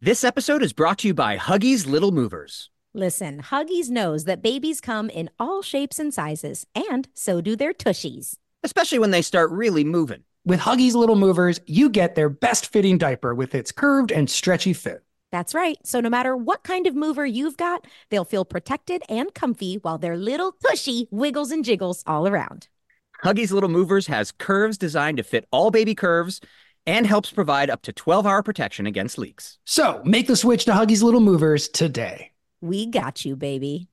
This episode is brought to you by Huggies Little Movers. Listen, Huggies knows that babies come in all shapes and sizes, and so do their tushies. especially when they start really moving. With Huggies Little Movers, you get their best fitting diaper with its curved and stretchy fit. That's right. So, no matter what kind of mover you've got, they'll feel protected and comfy while their little tushy wiggles and jiggles all around. Huggies Little Movers has curves designed to fit all baby curves and helps provide up to 12 hour protection against leaks. So make the switch to Huggies Little Movers today. We got you, baby.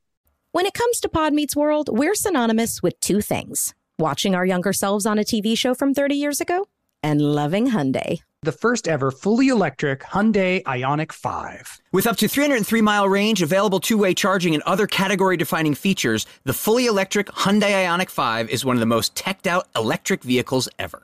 When it comes to Pod Meets World, we're synonymous with two things watching our younger selves on a TV show from 30 years ago and loving Hyundai. The first ever fully electric Hyundai Ionic 5. With up to 303 mile range, available two way charging, and other category defining features, the fully electric Hyundai Ionic 5 is one of the most teched out electric vehicles ever.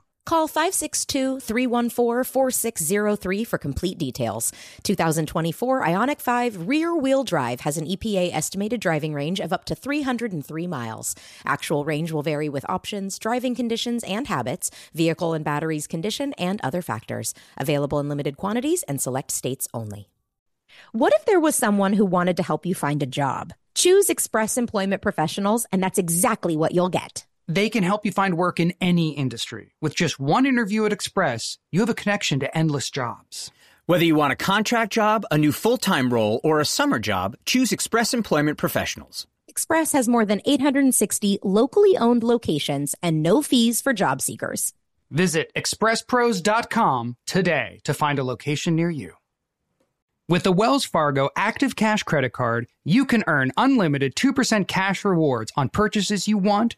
Call 562 314 4603 for complete details. 2024 Ionic 5 rear wheel drive has an EPA estimated driving range of up to 303 miles. Actual range will vary with options, driving conditions and habits, vehicle and batteries condition, and other factors. Available in limited quantities and select states only. What if there was someone who wanted to help you find a job? Choose Express Employment Professionals, and that's exactly what you'll get. They can help you find work in any industry. With just one interview at Express, you have a connection to endless jobs. Whether you want a contract job, a new full time role, or a summer job, choose Express Employment Professionals. Express has more than 860 locally owned locations and no fees for job seekers. Visit expresspros.com today to find a location near you. With the Wells Fargo Active Cash Credit Card, you can earn unlimited 2% cash rewards on purchases you want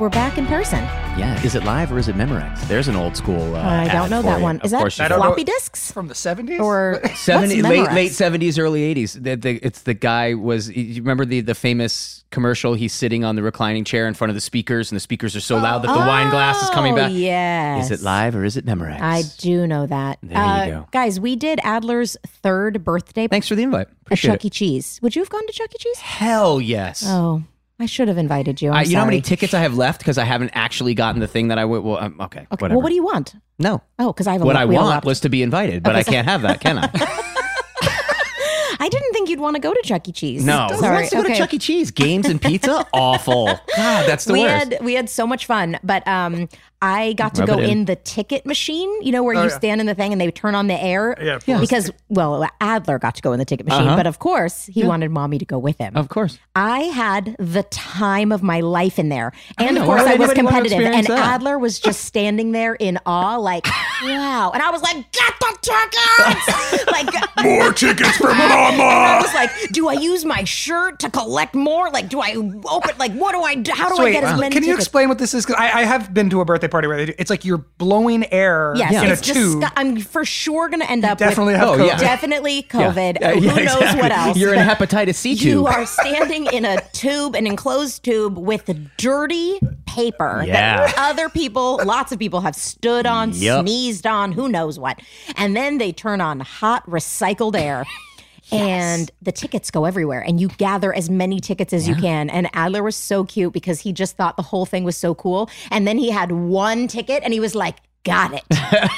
We're back in person. Yeah, is it live or is it Memorex? There's an old school. Uh, I ad don't know for that you. one. Of Is that course you I don't know. floppy disks? From the 70s? Or Seventy what's late Memorex? late seventies, early eighties. The, the, it's the guy was. You remember the the famous commercial? He's sitting on the reclining chair in front of the speakers, and the speakers are so loud that the wine glass is coming Oh, back. Yes. Is it live or is it Memorex? I do know that. Uh, There you go. Guys, we did Adler's third birthday Thanks for the invite. at Appreciate Chuck E. Cheese. Would you have gone to Chuck E. Cheese? it. Hell yes. Oh, I should have invited you. I'm I- you know how many sorry. tickets I have left because I haven't actually gotten the thing that I would. Well, um, okay, Okay. whatever. Well, what do you want? no, Oh, because I have a what lo- I we have a want laptop. was to be invited, but I can't have that, can I? I didn't think you'd want to go to Chuck E. Cheese. No. Who sorry. wants to go okay. to Chuck E. Cheese? Games and pizza? Awful. God, that's the we worst. had we had so much fun, but um, I got to Rub go it in. in. the ticket machine. You know where you yeah. stand in the thing and they turn on the air. Yeah, of Because well, Adler got to go in the ticket machine, Uh-huh. but of course he wanted mommy to go with him. Of course. I had the time of my life in there. And know. of course, I Why would was anybody want to competitive. And experience that? Adler was just standing there in awe, like, wow. And I was like, get the tickets! like, more tickets for mama! And I was like, do I use my shirt to collect more? Like, do I open, like, what do I do? How do Oh, I get as many uh, can you tickets? explain what this is? 'Cause I, I have been to a birthday party where they do, it's like you're blowing air Yes, in a it's just, tube. sc- I'm for sure going to end up Definitely with have Oh, COVID. yeah. definitely COVID. Yeah, Who yeah, knows exactly. what else? You're in hepatitis C tube. You are standing in a tube, an enclosed tube with dirty paper Yeah. that other people, lots of people have stood on, Yep. sneezed on, who knows what. And then they turn on hot recycled air. And the tickets go everywhere, and you gather as many tickets as you can. And Adler was so cute because he just thought the whole thing was so cool. And then he had one ticket and he was like, Got it.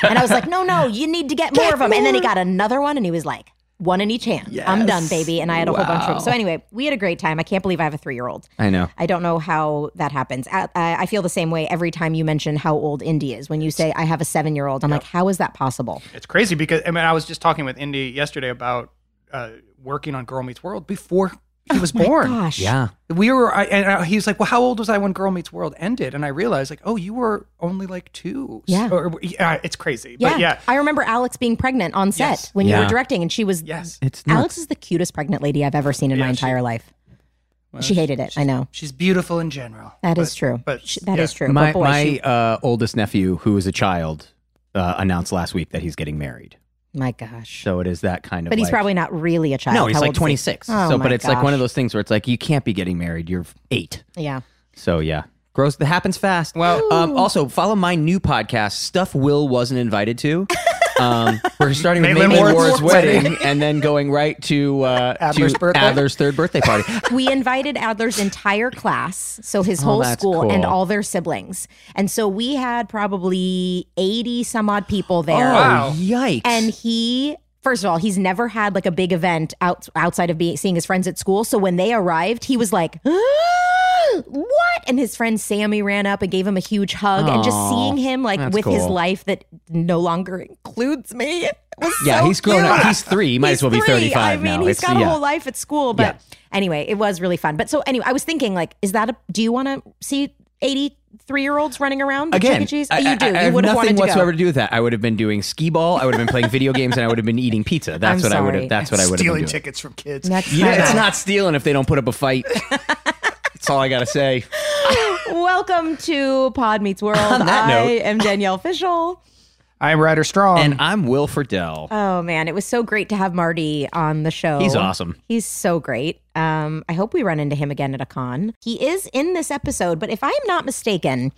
and I was like, No, no, you need to get, more of them. And then he got another one and he was like, One in each hand. I'm done, baby. And I had a whole bunch of them. So anyway, we had a great time. I can't believe I have a three year old. I know. I don't know how that happens. I, I I feel the same way every time you mention how old Indy is. When you say I have a seven year old, I'm like, how is that possible? It's crazy because I mean I was just talking with Indy yesterday about uh, working on Girl Meets World before he was born. Gosh. Yeah. We were, I, and I, he's like, "Well, how old was I when Girl Meets World ended?" And I realized, like, "Oh, you were only like two. Yeah. So- or- yeah, it's crazy, Yeah. but yeah, I remember Alex being pregnant on set Yes. when you Yeah. were directing, and she was. yes, It's nuts. Alex is the cutest pregnant lady I've ever seen in my entire life. she hated it. I know. she's beautiful in general. That is true. but- She- that is yeah. true. my but boy, my she- uh, oldest nephew, who is a child, uh, announced last week that he's getting married. my gosh. So it is that kind of. But he's like- probably not really a child. no, he's How like old is he? 26. Oh so, my but it's like one of gosh. those things where it's like you can't be getting married. You're eight. Yeah. So yeah, gross. That happens fast. Well, um, also follow my new podcast, Stuff Will wasn't invited to. Um, we're starting with Maitland Maitland Ward's, Ward's wedding, and then going right to uh, Adler's to birthday? Adler's third birthday party. we invited Adler's entire class, so his whole Oh, that's school and cool. all their siblings. And so we had probably 80 some odd people there. Oh, wow. Yikes! And he, first of all, he's never had like a big event out, outside of being, seeing his friends at school. So when they arrived, he was like, What? And his friend Sammy ran up and gave him a huge hug. and just Aw, seeing him like that's with his cool. life that no longer includes me was yeah, so he's grown cute. up. He's three. He might He's as well be three. thirty-five I mean, now. he's It's- got a yeah. whole life at school, but Yeah. anyway, it was really fun. But so anyway, I was thinking, like, is that a? Do you want to see eighty-three-year-olds running around? with Again, Chuck E. Cheese? I, you do. I- I you have would have wanted nothing to whatsoever go. to do with that. I would have been doing skee ball. I would have been playing video games, and I would have been eating pizza. That's what I would sorry. have. That's what I would have been stealing doing. tickets from kids. Next Yeah, time. it's not stealing if they don't put up a fight. That's all I gotta say. Welcome to Pod Meets World. On that I note- am Danielle Fishel. I'm Ryder Strong, And I'm Will Friedle. Oh man, it was so great to have Marty on the show. He's awesome. He's so great. Um, I hope we run into him again at a con. He is in this episode, but if I'm not mistaken,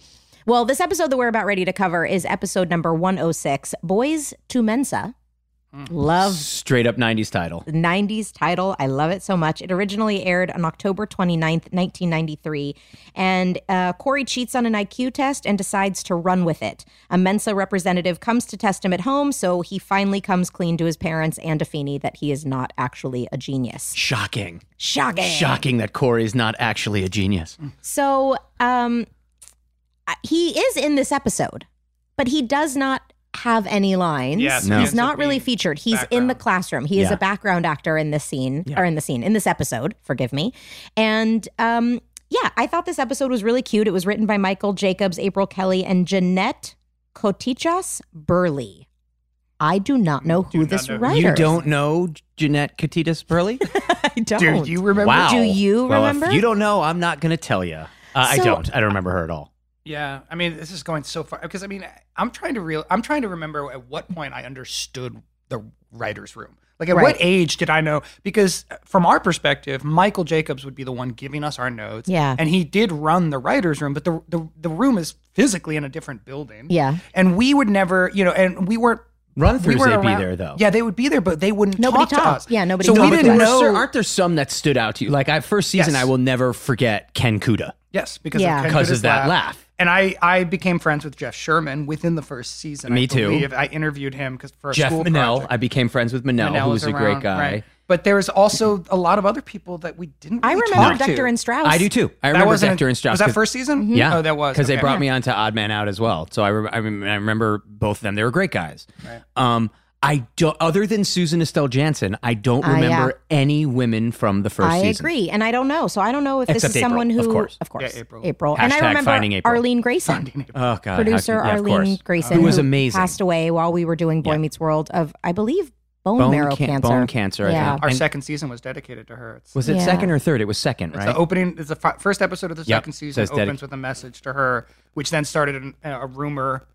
well, this episode that we're about ready to cover is episode number 106 Boys to Mensa. Love Straight up '90s title. 90s title. I love it so much. It originally aired on October 29th, 1993. And uh, Corey cheats on an IQ test and decides to run with it. A Mensa representative comes to test him at home, so he finally comes clean to his parents and to Feeney that he is not actually a genius. Shocking. Shocking. Shocking that Corey's not actually a genius. So um, I- he is in this episode, but he does not have any lines. Yes, No. He's he ends not up really being featured. He's in background. the classroom. He is a Yeah. background actor in this scene or in the scene in this episode. Forgive me. And um, yeah, I thought this episode was really cute. It was written by Michael Jacobs, April Kelly, and Jeanette Kotichas Burley. I do not know who not this know- You writer. You is. don't know Jeanette Katitas Burley? I don't. Dude, you remember? wow. Do you Well, if remember? you don't know, I'm not going to tell you. Uh, I So- don't. I don't remember her at all. Yeah, I mean, this is going so far because I mean, I'm trying to real, I'm trying to remember at what point I understood the writers' room. Like, at Right. what age did I know? Because uh, from our perspective, Michael Jacobs would be the one giving us our notes. Yeah. and he did run the writers' room, but the the, the room is physically in a different building. Yeah. and we would never, you know, and we weren't. Run throughs, we weren't they'd be around- there, though. Yeah, they would be there, but they wouldn't Nobody talk to talked. us. Yeah, nobody So talked we to didn't us. know. aren't there some that stood out to you? Like, I first season, Yes. I will never forget Ken Kuda Yes, because Yeah. of Ken because Kuda's of that laugh. laugh. And I, I became friends with Jeff Sherman within the first season. Me I too. believe. I interviewed him because for a Jeff school Minnell. project. I became friends with Minnell, Minnell who was a great around, guy. right. But there was also a lot of other people that we didn't. I Really remember talk to. Dr. and Mm-hmm. Strauss. I do too. That I remember wasn't Dr. and Strauss. Was that 'cause- first season? Yeah. Oh, that was Because they okay. brought me on to Odd Man Out as well. So I, re- I, rem- I remember both of them. They were great guys. Um, I don't, other than Susan Estelle Jansen, I don't Ah, yeah. remember any women from the first I season. agree, and I don't know, so I don't know if Except this is April, someone who, of course. Yeah, April. and I Hashtag remember finding April. Arlene Grayson, Oh, God. producer how, could- yeah, of Arlene course. Grayson, Who was amazing. passed away while we were doing Boy Meets World of, I believe, bone, bone marrow can- cancer. Bone cancer, Yeah. I think. Our And second season was dedicated to her. It's, was it Yeah. second or third? It was second, it's right? the opening. It's the fi- first episode of the Yep. second season. Says dedic- opens with a message to her, which then started an, a rumor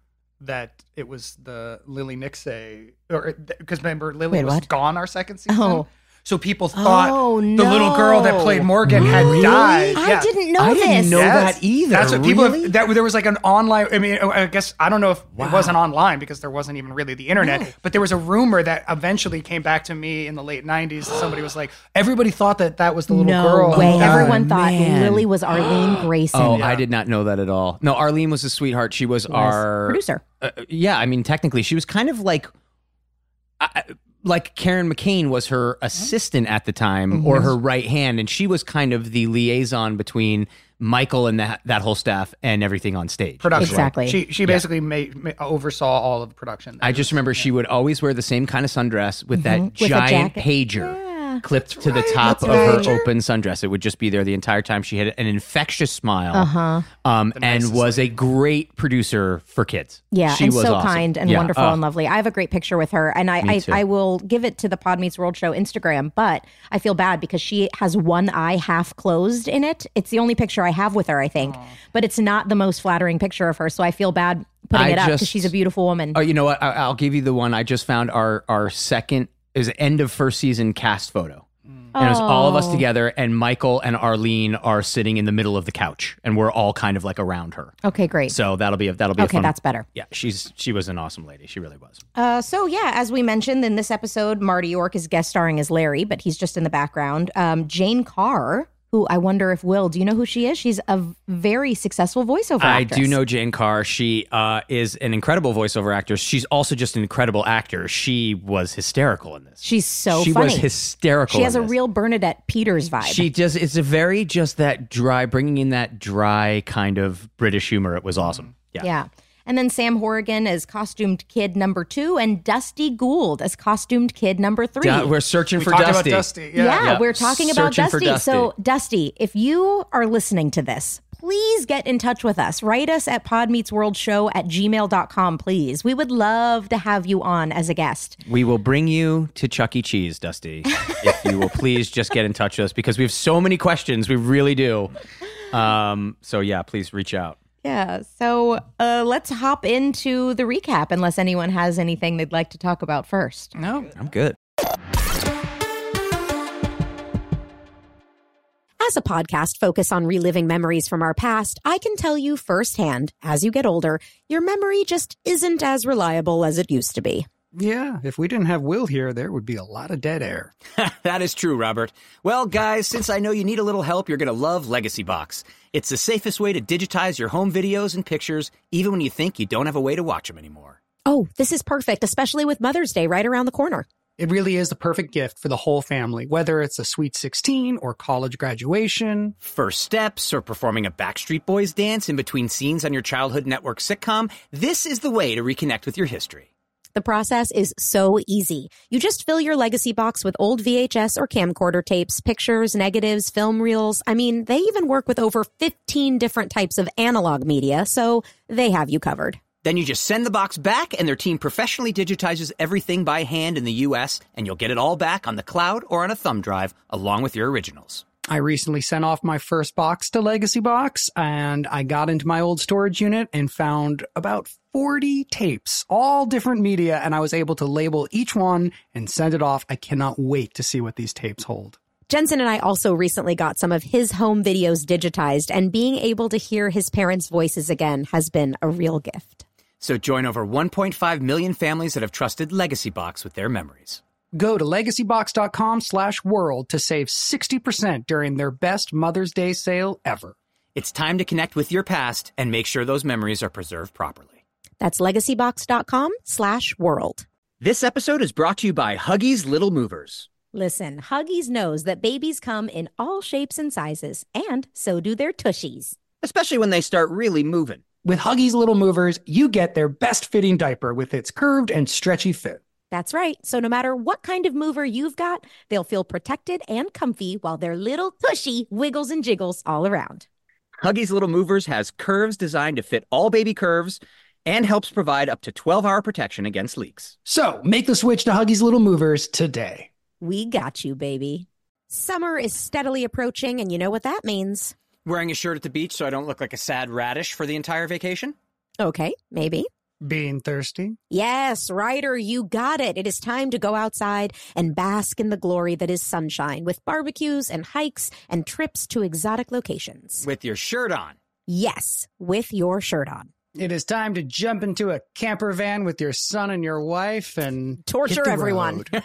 that it was the Lily Nixay, or because remember Lily Wait, was what? gone our second season. Oh. So people thought Oh, the little girl that played no. Morgan had died. I Yeah. didn't know I this. didn't know that either. That's what people Really? have, that there was like an online. I mean, I guess I don't know if it wasn't online because there wasn't even really the internet. But there was a rumor that eventually came back to me in the late '90s. Somebody was like, everybody thought that that was the little no girl. way. who died. Everyone thought Oh, man. Lily was Arlene Grayson. Oh, I did not know that at all. No, Arlene was a sweetheart. She was, our producer. Uh, yeah, I mean, technically, she was kind of like. I, like Karen McCain was Oh. her assistant at the time Mm-hmm. or her right hand, and she was kind of the liaison between Michael and that that whole staff and everything on stage. Production. Exactly. She she basically made, oversaw all of the production. I just remember she would always wear the same kind of sundress with that Mm-hmm. a giant jacket. pager clipped to the top of her open sundress. It would just be there the entire time. She had an infectious smile, uh-huh. um, and was a great producer for kids. Yeah, she and was so awesome. kind and Yeah, wonderful uh, and lovely. I have a great picture with her, and I I, too. I will give it to the Pod Meets World Show Instagram, but I feel bad because she has one eye half closed in it. It's the only picture I have with her, I think, but it's not the most flattering picture of her, so I feel bad putting I it up because just- she's a beautiful woman. oh, you know what? I, I'll give you the one I just found. Our our second is end of first season cast photo. And it's all of us Oh. together, and Michael and Arlene are sitting in the middle of the couch, and we're all kind of like around her. okay, great. So that'll be a, that'll be a okay, fun- that's better. yeah. She's she was an awesome lady. She really was. Uh, so yeah, as we mentioned in this episode, Marty York is guest starring as Larry, but he's just in the background. Um, Jane Carr, who I wonder if Will, do you know who she is? She's a v- very successful voiceover. I actress. do know Jane Carr. She uh, is an incredible voiceover actor. She's also just an incredible actor. She was hysterical in this. She's so she funny. was hysterical. She has in a this. real Bernadette Peters vibe. She just it's a very just that dry, bringing in that dry kind of British humor. It was Mm. awesome. Yeah. yeah. And then Sam Horrigan as costumed kid number two, and Dusty Gould as costumed kid number three. Da- we're searching we for talked Dusty. about Dusty. yeah, Yeah. Yeah. we're talking about Searching for Dusty. Dusty. So, Dusty, if you are listening to this, please get in touch with us. Write us at podmeetsworldshow at gmail.com, please. We would love to have you on as a guest. We will bring you to Chuck E. Cheese, Dusty, if you will please just get in touch with us because we have so many questions. We really do. Um, so yeah, please reach out. Yeah. So, uh, let's hop into the recap, unless anyone has anything they'd like to talk about first. No. I'm good. As a podcast focused on reliving memories from our past, I can tell you firsthand, as you get older, your memory just isn't as reliable as it used to be. Yeah. If we didn't have Will here, there would be a lot of dead air. that is true, Robert. Well, guys, since I know you need a little help, you're going to love Legacy Box. It's the safest way to digitize your home videos and pictures, even when you think you don't have a way to watch them anymore. Oh, this is perfect, especially with Mother's Day right around the corner. It really is the perfect gift for the whole family, whether it's a sweet 16 or college graduation. First steps or performing a Backstreet Boys dance in between scenes on your childhood network sitcom, this is the way to reconnect with your history. The process is so easy. You just fill your legacy box with old VHS or camcorder tapes, pictures, negatives, film reels. I mean, they even work with over 15 different types of analog media, so they have you covered. Then you just send the box back, and their team professionally digitizes everything by hand in the US, and you'll get it all back on the cloud or on a thumb drive, along with your originals. I recently sent off my first box to Legacy Box, and I got into my old storage unit and found about 40 tapes, all different media, and I was able to label each one and send it off. I cannot wait to see what these tapes hold. Jensen and I also recently got some of his home videos digitized, and being able to hear his parents' voices again has been a real gift. So join over 1.5 million families that have trusted Legacy Box with their memories. Go to legacybox.com slash world to save 60% during their best Mother's Day sale ever. It's time to connect with your past and make sure those memories are preserved properly. That's legacybox.com slash world. This episode is brought to you by Huggies Little Movers. Listen, Huggies knows that babies come in all shapes and sizes, and so do their tushies. especially when they start really moving. With Huggies Little Movers, you get their best fitting diaper with its curved and stretchy fit. That's right. So no matter what kind of mover you've got, they'll feel protected and comfy while their little tushy wiggles and jiggles all around. Huggies Little Movers has curves designed to fit all baby curves and helps provide up to 12 hour protection against leaks. So make the switch to Huggies Little Movers today. We got you, baby. Summer is steadily approaching, and you know what that means. Wearing a shirt at the beach so I don't look like a sad radish for the entire vacation? Okay, maybe. Being thirsty? Yes, Ryder, you got it. It is time to go outside and bask in the glory that is sunshine with barbecues and hikes and trips to exotic locations. With your shirt on. Yes, with your shirt on. It is time to jump into a camper van with your son and your wife and hit Torture the everyone. road.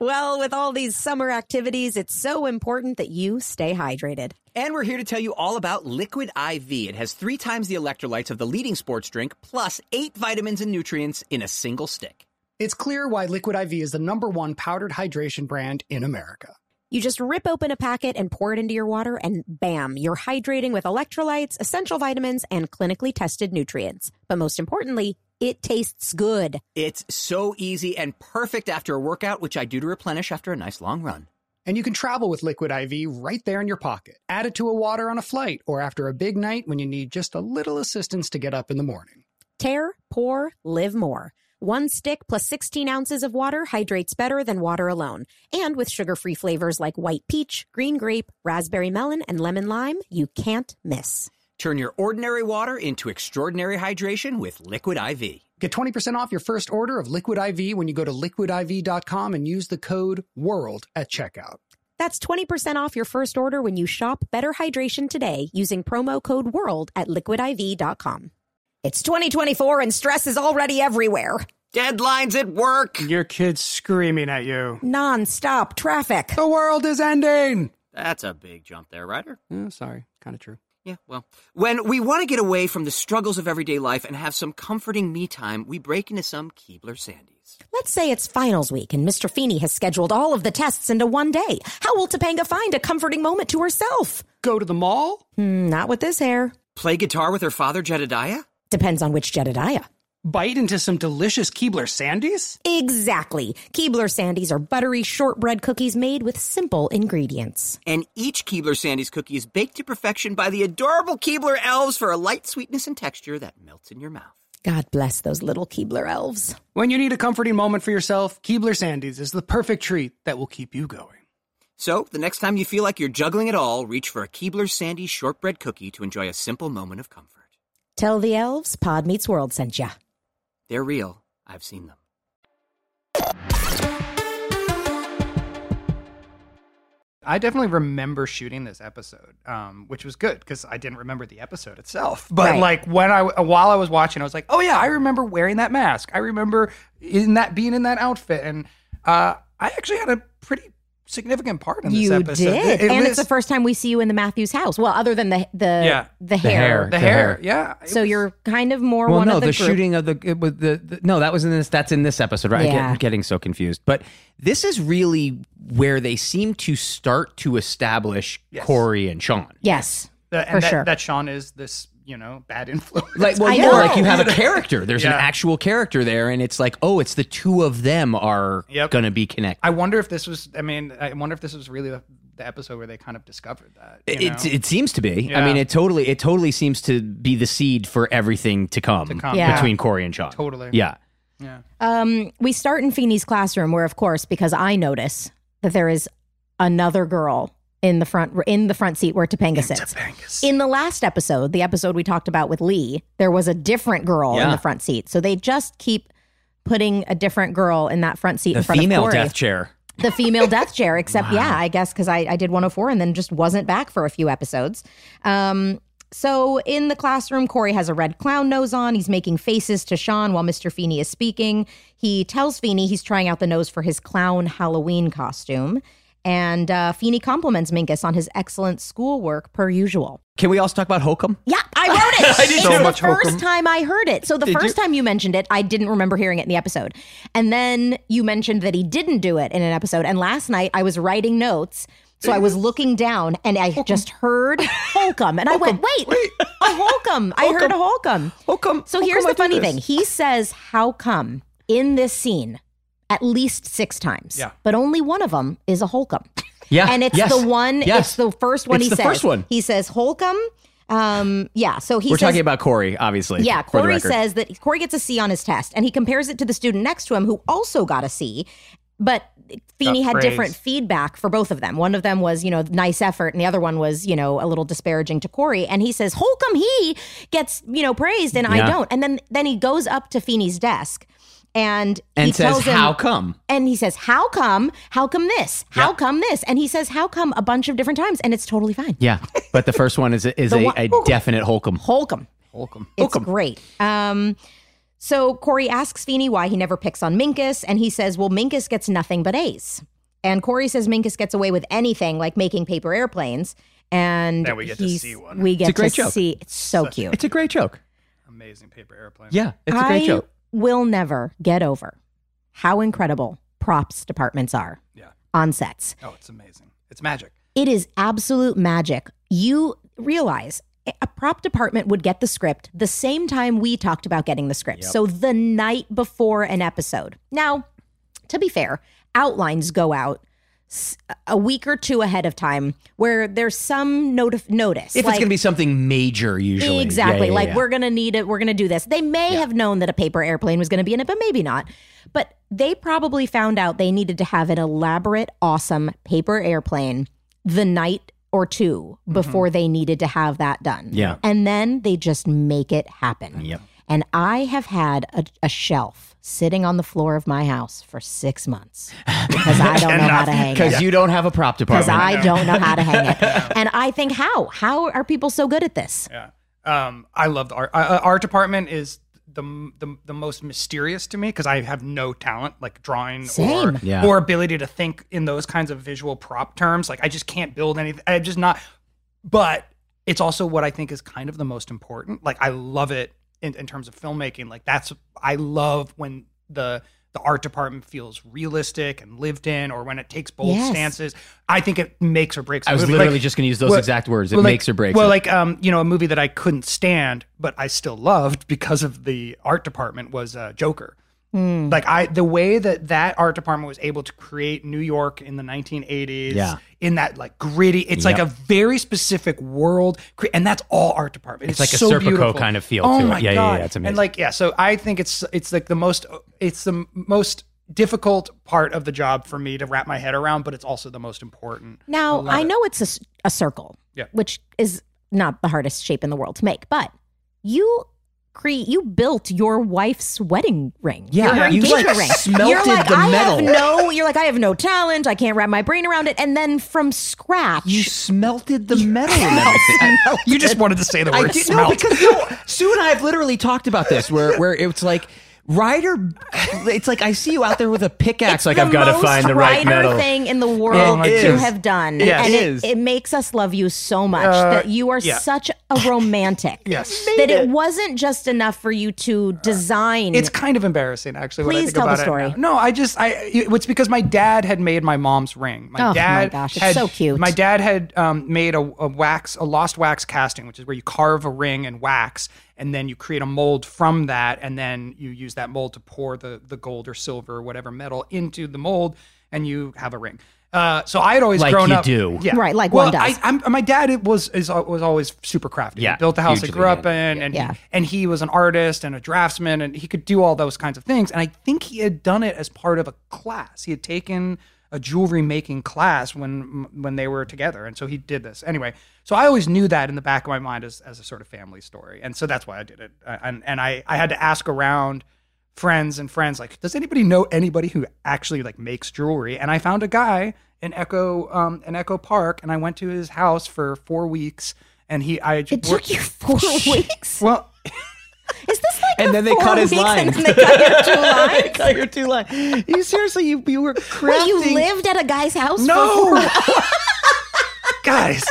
well, with all these summer activities, it's so important that you stay hydrated. And we're here to tell you all about Liquid IV. It has three times the electrolytes of the leading sports drink, plus eight vitamins and nutrients in a single stick. It's clear why Liquid IV is the number one powdered hydration brand in America. You just rip open a packet and pour it into your water, and bam, you're hydrating with electrolytes, essential vitamins, and clinically tested nutrients. But most importantly, it tastes good. It's so easy and perfect after a workout, which I do to replenish after a nice long run. And you can travel with Liquid IV right there in your pocket. Add it to a water on a flight or after a big night when you need just a little assistance to get up in the morning. Tear, pour, live more. One stick plus 16 ounces of water hydrates better than water alone. And with sugar free flavors like white peach, green grape, raspberry melon, and lemon lime, you can't miss. Turn your ordinary water into extraordinary hydration with Liquid IV. Get 20% off your first order of Liquid IV when you go to liquidiv.com and use the code WORLD at checkout. That's 20% off your first order when you shop Better Hydration today using promo code WORLD at liquidiv.com. It's 2024 and stress is already everywhere. Deadlines at work! Your kid's screaming at you. Non-stop traffic. The world is ending! That's a big jump there, Ryder. Oh, sorry, kind of true. Yeah, well, when we want to get away from the struggles of everyday life and have some comforting me time, we break into some Keebler Sandies. Let's say it's finals week and Mr. Feeney has scheduled all of the tests into one day. How will Topanga find a comforting moment to herself? Go to the mall? Hmm, not with this hair. Play guitar with her father, Jedediah? Depends on which Jedediah. Bite into some delicious Keebler Sandies? Exactly. Keebler Sandies are buttery shortbread cookies made with simple ingredients. And each Keebler Sandies cookie is baked to perfection by the adorable Keebler elves for a light sweetness and texture that melts in your mouth. God bless those little Keebler elves. When you need a comforting moment for yourself, Keebler Sandies is the perfect treat that will keep you going. So, the next time you feel like you're juggling it all, reach for a Keebler Sandies shortbread cookie to enjoy a simple moment of comfort. Tell the elves Pod Meets World sent ya. They're real. I've seen them. I definitely remember shooting this episode, um, which was good because I didn't remember the episode itself. But Right. like when I uh, while I was watching, I was like, "Oh yeah, I remember wearing that mask. I remember in that being in that outfit." And uh, I actually had a pretty significant part in this You episode. did. It- it and was- it's the first time we see you in the Matthews house. Well, other than the the Yeah. the The hair. hair. the The hair. hair. Yeah. it So was- you're kind of more well, one no, of the, the group. shooting of the, it was the, the no, that was in this. That's in this episode, right? I Yeah. get, getting so confused, but this is really where they seem to start to establish Yes. Corey and Sean. Yes. The- and for that, sure. that Sean is this you know bad influence. Like, well, I yeah, know. like you have a character. There's Yeah. an actual character there, and it's like, oh, it's the two of them are Yep. going to be connected. I wonder if this was. I mean, I wonder if this was really the, the episode where they kind of discovered that. you It, know? it seems to be. Yeah. I mean, it totally it totally seems to be the seed for everything to come, come. Yeah. between Corey and Sean. Totally. Yeah. yeah. Um, we start in Feeney's classroom, where of course, because I notice that there is another girl in the front in the front seat where Topanga sits. In the last episode, the episode we talked about with Lee, there was a different girl in Yeah. the front seat. So they just keep putting a different girl in that front seat The in front of female Corey. death chair. the female death chair, except yeah, I guess because I, I did 104 and then just wasn't back for a few episodes. Um, so in the classroom, Corey has a red clown nose on. He's making faces to Sean while Mr. Feeney is speaking. He tells Feeney he's trying out the nose for his clown Halloween costume. And uh, Feeney compliments Minkus on his excellent schoolwork per usual. Can we also talk about Hokum? Yeah, I wrote it. it's so the much hokum. first time I heard it. So the first time you mentioned it, I didn't remember hearing it in the episode. And then you mentioned that he didn't do it in an episode. And last night I was writing notes. So I was looking down and I just heard Holcomb. And I went, wait, a Holcomb. I heard a Holcomb. Hokum. So here's the funny thing. He says, how come in this scene at least six times, Yeah. but only one of them is a Holcomb. Yeah. And it's Yes. the one, it's Yes. the first one It's he the says. first one. He says Holcomb. Um, yeah. So he We're says, talking about Corey, obviously. yeah, for the Corey record. says that Corey gets a C on his test, and he compares it to the student next to him who also got a C, but Feeney Got had praise. different feedback for both of them. One of them was, you know, nice effort, and the other one was, you know, a little disparaging to Corey. And he says, Holcomb he gets, you know, praised and I Yeah. don't. And then then he goes up to Feeney's desk and he and says, tells him, how come? and he says, How come? How come this? How come this? And he says, How come a bunch of different times? And it's totally fine. Yeah. But the first one is, is a, one- a definite Holcomb. Holcomb. Holcomb. It's great. Um, so Corey asks Feeney why he never picks on Minkus, and he says, Well, Minkus gets nothing but A's. And Corey says Minkus gets away with anything, like making paper airplanes. And Then we get to he's- see one. We get a great to joke. see. It's so cute. It's a great joke. Amazing paper airplane. Yeah. It's a I great joke. will never get over how incredible props departments are Yeah. on sets. Oh, it's amazing. It's magic. It is absolute magic. You realize a prop department would get the script the same time we talked about getting the script. So the night before an episode. Now, to be fair, outlines go out s- a week or two ahead of time where there's some notif- notice. If it's like- going to be something major, usually. Yeah, Exactly. yeah, like yeah. we're gonna need it. We're gonna do this. They may have known that a paper airplane was gonna be in it, but maybe not. But they probably found out they needed to have an elaborate, awesome paper airplane the night or two before they needed to have that done. Mm-hmm. Yeah. And then they just make it happen. Yep. And I have had a, a shelf sitting on the floor of my house for six months because I don't know how to hang it Because you don't have a prop because department. I don't know how to hang it. And I think, how? How are people so good at this? Yeah. Um, I love the art. Uh, art department is the, the the most mysterious to me because I have no talent like drawing Same. or Yeah. or ability to think in those kinds of visual prop terms. Like I just can't build anything. I'm just not. But it's also what I think is kind of the most important. Like I love it in, in terms of filmmaking. Like that's I love when the the art department feels realistic and lived in, or when it takes bold Yes. stances. I think it makes or breaks. a I was movie. Like- literally just going to use those well, exact words. It well, like- makes or breaks. Well, it. like um, you know, a movie that I couldn't stand, but I still loved because of the art department was uh, Joker. Like I, the way that that art department was able to create New York in the 1980s, Yeah. in that like gritty, it's like a Yep. very specific world, cre- and that's all art department. It's, like a so Serpico beautiful. kind of feel Oh to it. my Yeah, yeah, god, yeah, it's amazing. And like yeah, so I think it's it's like the most it's the most difficult part of the job for me to wrap my head around, but it's also the most important. Now, love I, it. know it's a, s- a circle, Yeah. which is not the hardest shape in the world to make, but you cre- you built your wife's wedding ring. Yeah, your, her yeah, you, engagement like, ring. smelted you're like, the I metal." Have no, you're like, I have no talent. I can't wrap my brain around it. And then from scratch, you smelted the metal and everything. You just wanted to say the word I did, no, smelt. because no, Sue and I have literally talked about this, where where it's like Ryder. It's like I see you out there with a pickaxe. it's the most writer thing in the world It to is. have done. Yes. and It is. Uh, It, makes us love you so much that you are yeah. such a romantic. Yes. That it wasn't just enough for you to Uh, design. It's kind of embarrassing, actually. when I Please think tell the about it story. now. no, I just I. It, it's because my dad had made my mom's ring. My Oh, my dad. gosh, it's had- so cute. My dad had um, made a, a wax, a lost wax casting, which is where you carve a ring and wax, and then you create a mold from that, and then you use that mold to pour the the gold or silver or whatever metal into the mold, and you have a ring. Uh, so I had always Like grown you up, do. yeah, Right, like well, one does. I, I'm, my dad it was is, was always super crafty. Yeah, he built the house I hugely, grew up yeah. in and and, Yeah. he, and he was an artist and a draftsman and he could do all those kinds of things and i think he had done it as part of a class he had taken a jewelry making class when when they were together and so he did this anyway so i always knew that in the back of my mind as, as a sort of family story and so that's why i did it Uh, and and i i had to ask around friends and friends like does anybody know anybody who actually like makes jewelry and i found a guy in echo um in echo park and i went to his house for four weeks and he i It took you four weeks. well Is this like And the then they four cut his weeks lines. And then they cut your two lines. You're too light. You seriously, you, you were crafting. Wait, you lived at a guy's house? For four No, guys.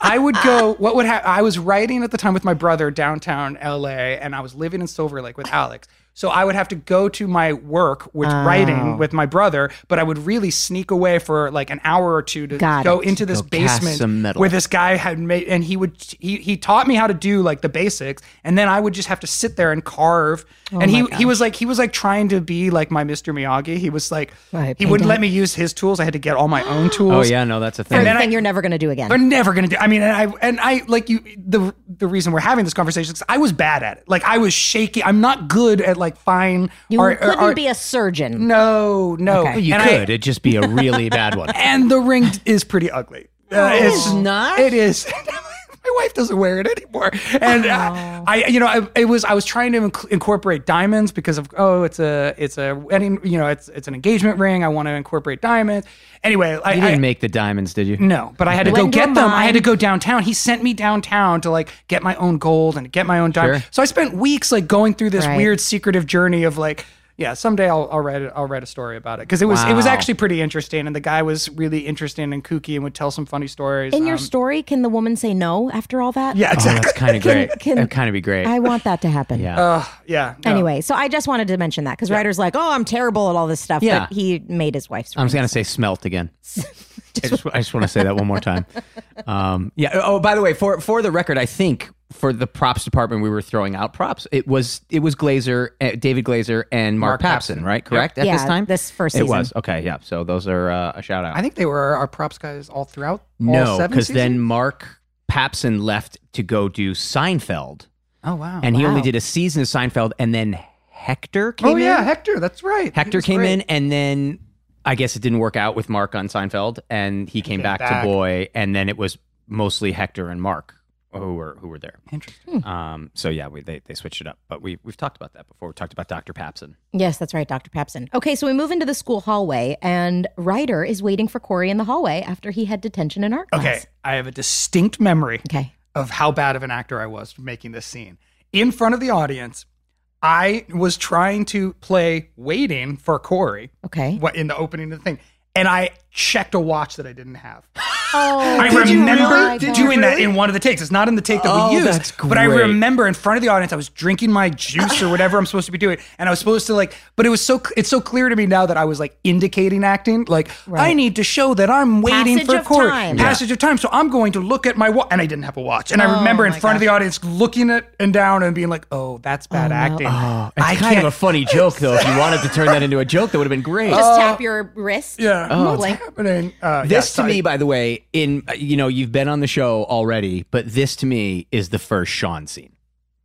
I would go. What would happen? I was writing at the time with my brother downtown LA, and I was living in Silver Lake with Alex. So I would have to go to my work, which Oh. writing with my brother, but I would really sneak away for like an hour or two to Got go it. into this Go cast basement some metal. where this guy had made, and he would he he taught me how to do like the basics, and then I would just have to sit there and carve. Oh and he he was like he was like trying to be like my Mr. Miyagi. He was like Right, he wouldn't paint let me use his tools. I had to get all my own tools. Oh yeah, no, that's a thing. the then I- thing you're never going to do again. They're never gonna do. I mean, and I and I like you. The the reason we're having this conversation is I was bad at it. Like I was shaky. I'm not good at like fine. You art- couldn't art- be a surgeon. No, no. Okay. you And I- could. It'd just be a really bad one. and the ring is pretty ugly. Uh, it's not? It is. My wife doesn't wear it anymore, and uh, I, you know, I, it was I was trying to inc- incorporate diamonds because of oh, it's a it's a wedding, you know, it's it's an engagement ring. I want to incorporate diamonds. Anyway, I, You I, didn't make the diamonds, did you? No, but I had to go Lend your get them. I had to mind. go downtown. He sent me downtown to like get my own gold and get my own diamond. Sure. So I spent weeks like going through this Right. weird secretive journey of like, Yeah, someday I'll, I'll write a, I'll write a story about it because it was it was Wow. actually pretty interesting, and the guy was really interesting and kooky and would tell some funny stories. In your Um, story, can the woman say no after all that? yeah, Oh, exactly. that's kind of great. can- That'd kind of be great. I want that to happen. yeah. Oh. Uh, yeah. no. Anyway, so I just wanted to mention that because writer's like, oh, I'm terrible at all this stuff. Yeah. But he made his wife's. I'm just gonna say smelt again. I just, I just want to say that one more time. Um, yeah. Oh, by the way, for for the record, I think for the props department, we were throwing out props. It was it was Glazer, uh, David Glazer, and Mark Mark, Papson, Papson. right? Correct at Yeah, this time. this first it season. was okay. Yeah. So those are uh, a shout out. I think they were our props guys all throughout. all no, seven because then seasons? Mark Papson left to go do Seinfeld, Oh wow. and he only wow. did a season of Seinfeld, and then Hector came oh in. yeah, Hector. That's right. He Hector was came great. in, and then I guess it didn't work out with Mark on Seinfeld, and he came came back, back. to Boy, and then it was mostly Hector and Mark who were who were there. Interesting. Um, so yeah, we, they they switched it up, but we we've talked about that before. We talked about Doctor Papson. Yes, that's right, Dr. Papson. Okay, so we move into the school hallway, and Ryder is waiting for Corey in the hallway after he had detention in art class. Okay, I have a distinct memory Okay. of how bad of an actor I was making this scene in front of the audience. I was trying to play waiting for Corey Okay. what in the opening of the thing, and I checked a watch that I didn't have. Oh, I did you remember really? doing that in one of the takes. It's not in the take that Oh, we used, that's but I great. remember in front of the audience, I was drinking my juice or whatever I'm supposed to be doing, and I was supposed to like. But it was so it's so clear to me now that I was like indicating acting, like I need to show that I'm waiting Passage for of Corey. time. Yeah. Passage of time. So I'm going to look at my watch, and I didn't have a watch, and I Oh, remember in my front of the audience looking at and down and being like, "Oh, that's bad acting." Oh, It's I kind can't. of a funny joke though. If you wanted to turn that into a joke, that would have been great. Just tap your wrist. yeah, what's Like- happening? Uh, Oh. this yeah, to so I- me, by the way, in you know you've been on the show already, but this to me is the first Sean scene.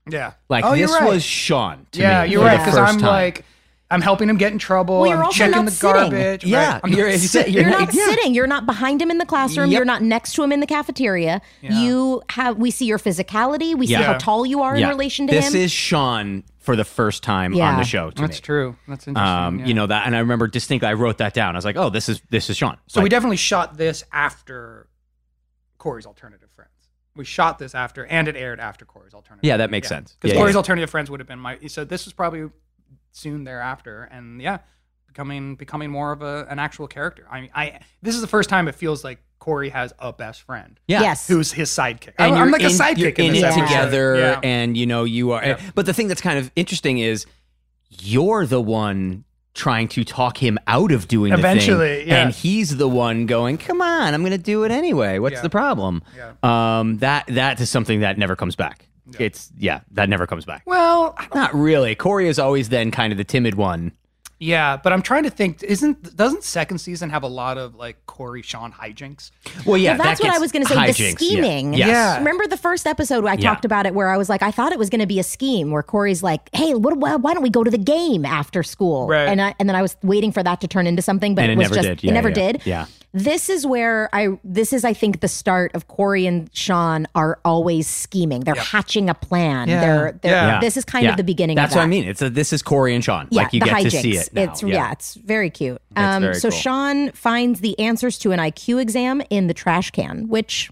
yeah, Like Oh, you're this right. was Sean. To yeah, me you're for right. the Because first I'm time. like, I'm helping him get in trouble. Well, you're I'm also checking not the sitting. garbage. Yeah, right? I'm you're- not you said sitting. you're You're Right, not yeah. sitting. You're not behind him in the classroom. Yep. You're not next to him in the cafeteria. You have. We see your physicality. We see Yeah. how tall you are in relation to this him. is Sean for the first time on Yeah. the show. To That's me. true. That's interesting. Um, yeah. You know that, and I remember distinctly. I wrote that down. I was like, "Oh, this is this is Sean." so we Like, definitely shot this after Corey's alternative friends. We shot this after, and it aired after Corey's alternative. Yeah, that makes sense. Because Yeah, Corey's yeah. alternative friends would have been my. So this was probably soon thereafter, and yeah, becoming becoming more of a, an actual character. I mean, I this is the first time it feels like Corey has a best friend. yeah. Yes. Who's his sidekick? and I'm, you're I'm like in, a sidekick You're in, this it episode. together, Yeah. and you know you are. Yeah. But the thing that's kind of interesting is you're the one trying to talk him out of doing the Eventually, thing, yeah. and he's the one going, "Come on, I'm going to do it anyway. What's Yeah. the problem?" Um, that that is something that never comes back. It's yeah, that never comes back. well, Not really. Corey is always then kind of the timid one. Yeah, but I'm trying to think. Isn't doesn't second season have a lot of like Corey Sean hijinks? Well, yeah, Well, that's that what I gets was going to say. hijinks, The yeah. scheming. Yes. Yeah. Remember the first episode I Yeah. talked about it where I was like, I thought it was going to be a scheme where Corey's like, hey, what, why, why don't we go to the game after school? Right. And, I, and then I was waiting for that to turn into something, but And it was never just, did. it Yeah, never yeah, did. yeah. This is where I, this is, I think, the start of Corey and Sean are always scheming. They're hatching a plan. Yeah. They're, they're, Yeah. this is kind Yeah. of the beginning That's of that. what I mean. It's a, this is Corey and Sean. Yeah, like you the get hijinks. to see it. Now. It's yeah. it's very cute. That's Um, very so cool. Sean finds the answers to an IQ exam in the trash can, which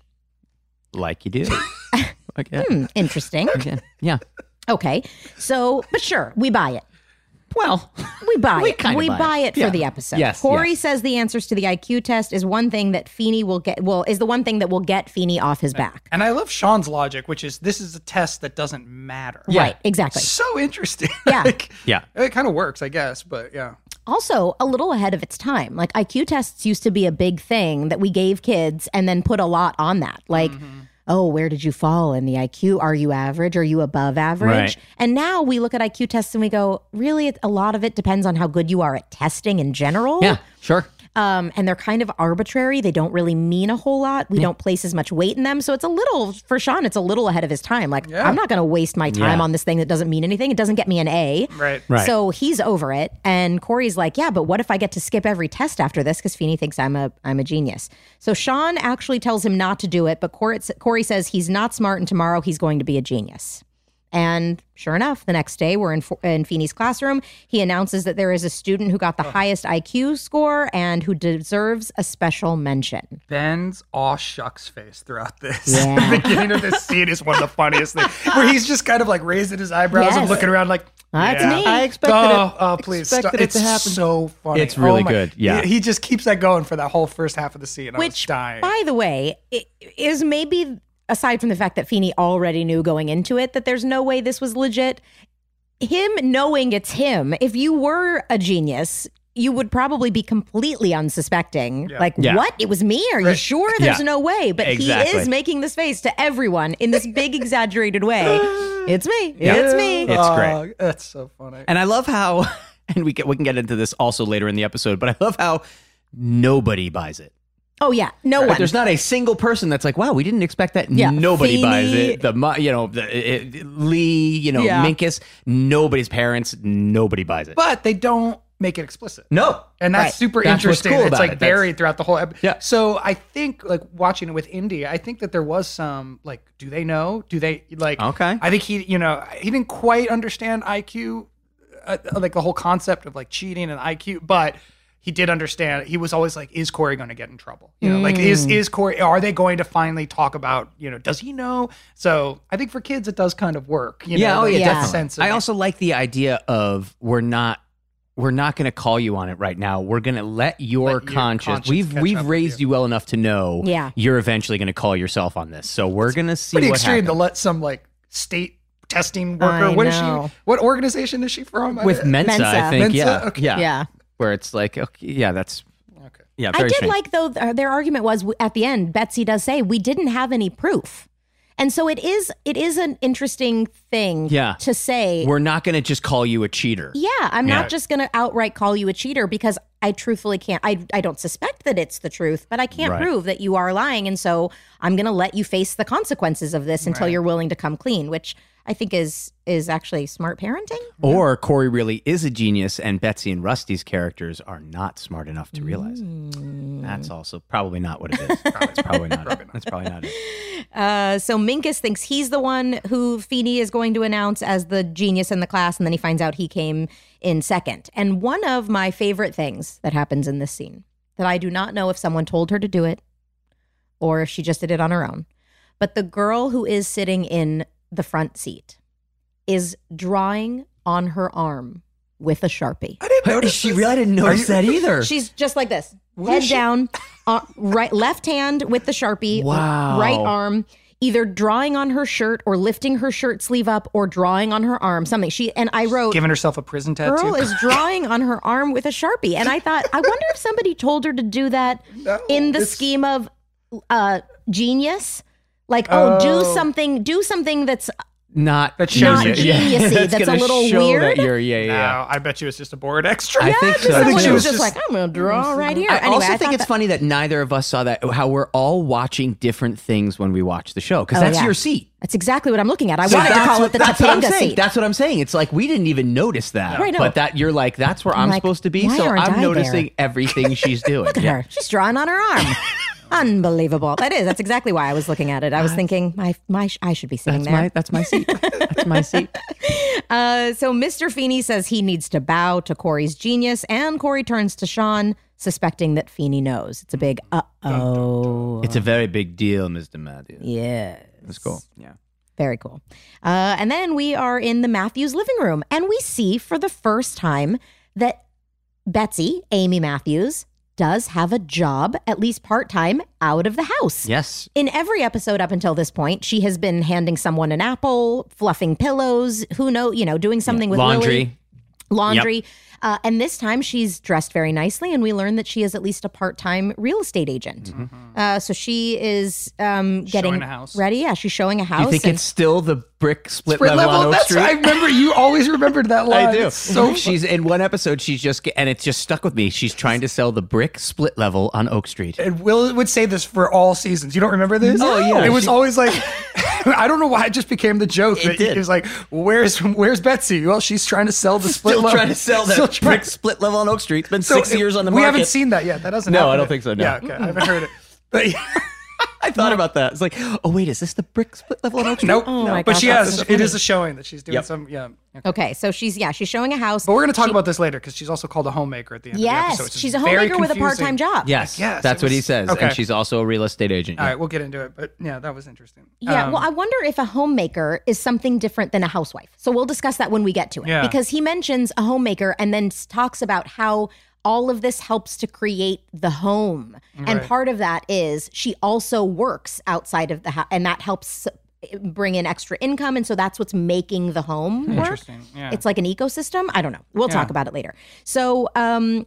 like you do. like, yeah. hmm, interesting. yeah, yeah. Okay. So, but sure, we buy it. Well, We buy We it. kinda we buy buy, it. it, Yeah. for the episode. Yes, Corey yes. says the answers to the IQ test is one thing that Feeney will get. Well, is the one thing that will get Feeney off his back. And I love Sean's logic, which is this is a test that doesn't matter. Right. Exactly. So interesting. Yeah. Like, Yeah. It kind of works, I guess, but yeah. Also, a little ahead of its time. Like IQ tests used to be a big thing that we gave kids and then put a lot on that. Like. Mm-hmm. Oh, where did you fall in the IQ? Are you average? Are you above average? Right. And now we look at IQ tests and we go, really, a lot of it depends on how good you are at testing in general. yeah, sure. um, and they're kind of arbitrary. They don't really mean a whole lot. Mm. We don't place as much weight in them. So it's a little, for Sean, it's a little ahead of his time. Like, I'm not going to waste my time Yeah. on this thing that doesn't mean anything. It doesn't get me an A. Right. Right. So he's over it. And Corey's like, yeah, but what if I get to skip every test after this? Because Feeney thinks I'm a, I'm a genius. So Sean actually tells him not to do it. But Corey, Corey says he's not smart and tomorrow he's going to be a genius. And sure enough, the next day we're in, Fo- in Feeney's classroom. He announces that there is a student who got the highest IQ score and who deserves a special mention. Ben's aw shucks face throughout this. Yeah. the beginning of this scene is one of the funniest things where he's just kind of like raising his eyebrows and Yes. looking around like, That's Yeah. me. I expected oh, it. oh, please Expected stop. it It's to happen. so funny. It's really Oh my- good, yeah. he, he just keeps that going for that whole first half of the scene. I was Which, dying. by the way, i- is maybe aside from the fact that Feeney already knew going into it that there's no way this was legit. Him knowing it's him, if you were a genius, you would probably be completely unsuspecting. Like, Yeah. what? It was me? Are you sure? There's no way. But he Exactly. is making this face to everyone in this big, exaggerated way. It's me. It's me. It's Oh, great. That's so funny. And I love how, and we can, we can get into this also later in the episode, but I love how nobody buys it. Oh, yeah. No Like, one. there's not a single person that's like, wow, we didn't expect that. Yeah. Nobody Feeney. buys it. The, mo- you know, the, it, it- Lee, you know, Yeah. Minkus, nobody's parents, nobody buys it. but they don't make it explicit. no. And that's Right. super That's what's interesting. cool it's about like it. That's- buried throughout the whole episode. Yeah. So I think like watching it with Indy, I think that there was some like, do they know? Do they like? Okay. I think he, you know, he didn't quite understand IQ, uh, like the whole concept of like cheating and IQ, but he did understand. He was always like, is Corey going to get in trouble? You know, like is Mm. is Corey? Are they going to finally talk about? You know, does he know? So I think for kids it does kind of work. You yeah, know, oh that yeah, Yeah. definitely. Sense of- I also like the idea of we're not we're not going to call you on it right now. We're going to let your your conscience, conscience We've catch up we've with raised you. well enough to know Yeah. you're eventually going to call yourself on this. So we're going to see pretty what extreme to happens. let some like state testing worker. I What is know. she? What organization is she from? I- with Mensa, Mensa. I think Mensa? yeah. Okay. yeah. yeah. Where it's like okay, yeah, that's Okay. yeah, I very did strange. like though th- uh, their argument was w- at the end. Betsy does say we didn't have any proof, and so it is it is an interesting thing. Yeah. to say. we're not going to just call you a cheater. yeah, I'm Yeah. not just going to outright call you a cheater because I truthfully can't. I I don't suspect that it's the truth, but I can't Right. prove that you are lying, and so I'm going to let you face the consequences of this until you're willing to come clean, which I think is is actually smart parenting. Or Corey really is a genius, and Betsy and Rusty's characters are not smart enough to realize it. Mm. That's also probably not what it is. It's probably not. it. That's probably not it. Uh, so Minkus thinks he's the one who Feeney is going to announce as the genius in the class, and then he finds out he came in second. And one of my favorite things that happens in this scene that I do not know if someone told her to do it or if she just did it on her own, but the girl who is sitting in the front seat is drawing on her arm with a sharpie. she really didn't notice that either. She's just like this, head down, uh, right, left hand with the sharpie, Wow. right arm, either drawing on her shirt or lifting her shirt sleeve up or drawing on her arm, something. She and I wrote, Giving herself a prison tattoo. "Girl is drawing on her arm with a sharpie," and I thought, I wonder if somebody told her to do that in the scheme of uh, genius, like, oh, do something, do something that's not That shows Not you. Yeah. geniusy. That's a gonna little show weird. That you're, yeah, yeah, No, yeah. I bet you it's just a board extra. I think so. someone I think who's she was Mm-hmm. just, just- like, I'm gonna draw right here. I anyway, also I think thought it's that- funny that neither of us saw that how we're all watching different things when we watch the show because Oh, that's yeah. your seat. That's exactly what I'm looking at. I So wanted to that's call what- it the that's what I'm Topanga saying. seat. That's what I'm saying. It's like we didn't even notice that, Right, no. but that you're like that's where I'm, like, supposed to be. why So aren't I I'm there? noticing everything she's doing. Look at her. She's drawing on her arm. Unbelievable. That is. That's exactly why I was looking at it. I was thinking, my, my, I should be sitting That's my there. that's my seat. That's my seat. Uh, so Mr. Feeney says he needs to bow to Corey's genius, and Corey turns to Sean, suspecting that Feeney knows. It's a big uh oh. It's a very big deal, Mr. Matthews. Yeah. That's cool. Yeah. Very cool. Uh, and then we are in the Matthews living room, and we see for the first time that Betsy, Amy Matthews, does have a job, at least part time, out of the house. Yes. In every episode up until this point, she has been handing someone an apple, fluffing pillows, who know, you know, doing something with Laundry. Lily, laundry. Uh, and this time she's dressed very nicely, and we learn that she is at least a part time real estate agent. Mm-hmm. Uh, so she is um, getting Showing a house. ready. Yeah, she's showing a house. You think and- it's still the brick split, Split level, on level. Oak That's Street? I remember. You always remembered that line. I do. It's Oh, so she's in one episode. She's just ge- and it's just stuck with me. She's trying to sell the brick split level on Oak Street. and Will would say this for all seasons. You don't remember this? Oh, yeah. It was She- always like I don't know why it just became the joke. It that did. It was like, where's where's Betsy? Well, she's trying to sell the split. Still loaf. trying to sell that Still trying- brick split level on Oak Street. It's been So six it- years on the we market. haven't seen that yet. That doesn't. No, happen I don't yet. think so, no. Yeah, okay, I haven't heard it. But yeah, I thought about that. It's like, oh wait, is this the brick split level on Oak Street? Nope. Oh my but gosh, she that's has. so it is funny. a showing that she's doing Yep. some. Yeah. But Okay, so she's yeah, she's showing a house. we're gonna talk about this later because she's also called a homemaker at the end. yes, of the episode. It's she's a very homemaker with a confusing. part-time job. Yes, guess that's it what he was- says, okay. and she's also a real estate agent. All right, we'll get into it, but yeah, that was interesting. Yeah, Um, well, I wonder if a homemaker is something different than a housewife. So we'll discuss that when we get to it. Yeah. Because he mentions a homemaker and then s- talks about how all of this helps to create the home. And Right. part of that is she also works outside of the house, and that helps s- bring in extra income. And so that's what's making the home work. interesting. Yeah. It's like an ecosystem. I don't know. We'll Yeah. talk about it later. So, um,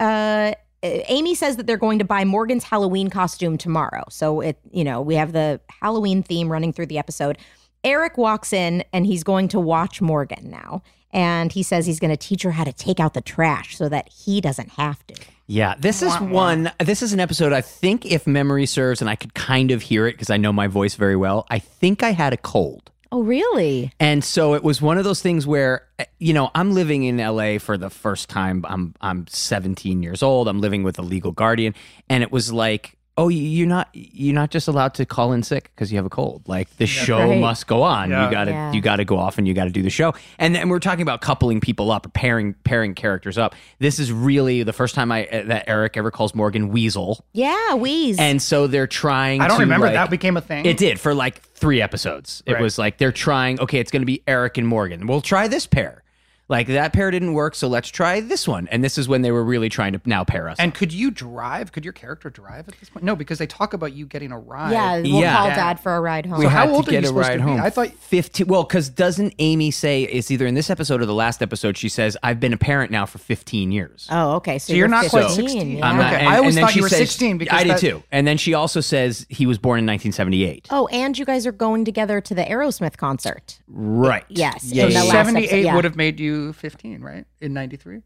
uh, Amy says that they're going to buy Morgan's Halloween costume tomorrow. So it, you know, we have the Halloween theme running through the episode. Eric walks in and he's going to watch Morgan now. And he says he's going to teach her how to take out the trash so that he doesn't have to. Yeah, this is one. This is an episode. I think, if memory serves, and I could kind of hear it because I know my voice very well. I think I had a cold. Oh, really? And so it was one of those things where eh, you know I'm living in LA for the first time. I'm I'm 17 years old. I'm living with a legal guardian, and it was like, oh, you- you're not you're not just allowed to call in sick because you have a cold. Like the show Right. must go on. Yeah. You gotta Yeah. you gotta go off and you gotta do the show. And then we're talking about coupling people up, pairing pairing characters up. This is really the first time I eh, that Eric ever calls Morgan Weasel, Yeah, wheeze. and so they're trying. I don't to, remember like- that became a thing. it did for like three episodes. It Right. was like they're trying, okay, it's going to be Eric and Morgan. We'll try this pair. Like that pair didn't work, so let's try this one. And this is when they were really trying to now pair us. And could you drive? Could your character drive at this point? No, because they talk about you getting a ride. yeah, we'll Yeah. call dad for a ride home. So how had old to are you get a supposed ride to be? home. I thought- 15 well because doesn't amy say it's either in this episode or the last episode she says i've been a parent now for 15 years oh, okay. So, So you're not quite 15, 16. yeah. I'm not- Ah, Okay. I always thought you were 16 because i did that- too and then she also says he was born in 1978 Oh, and you guys are going together to the Aerosmith concert. right Yes. yeah in yeah, the yeah. last episode, 78 yeah. would have made you 15, right? In 93?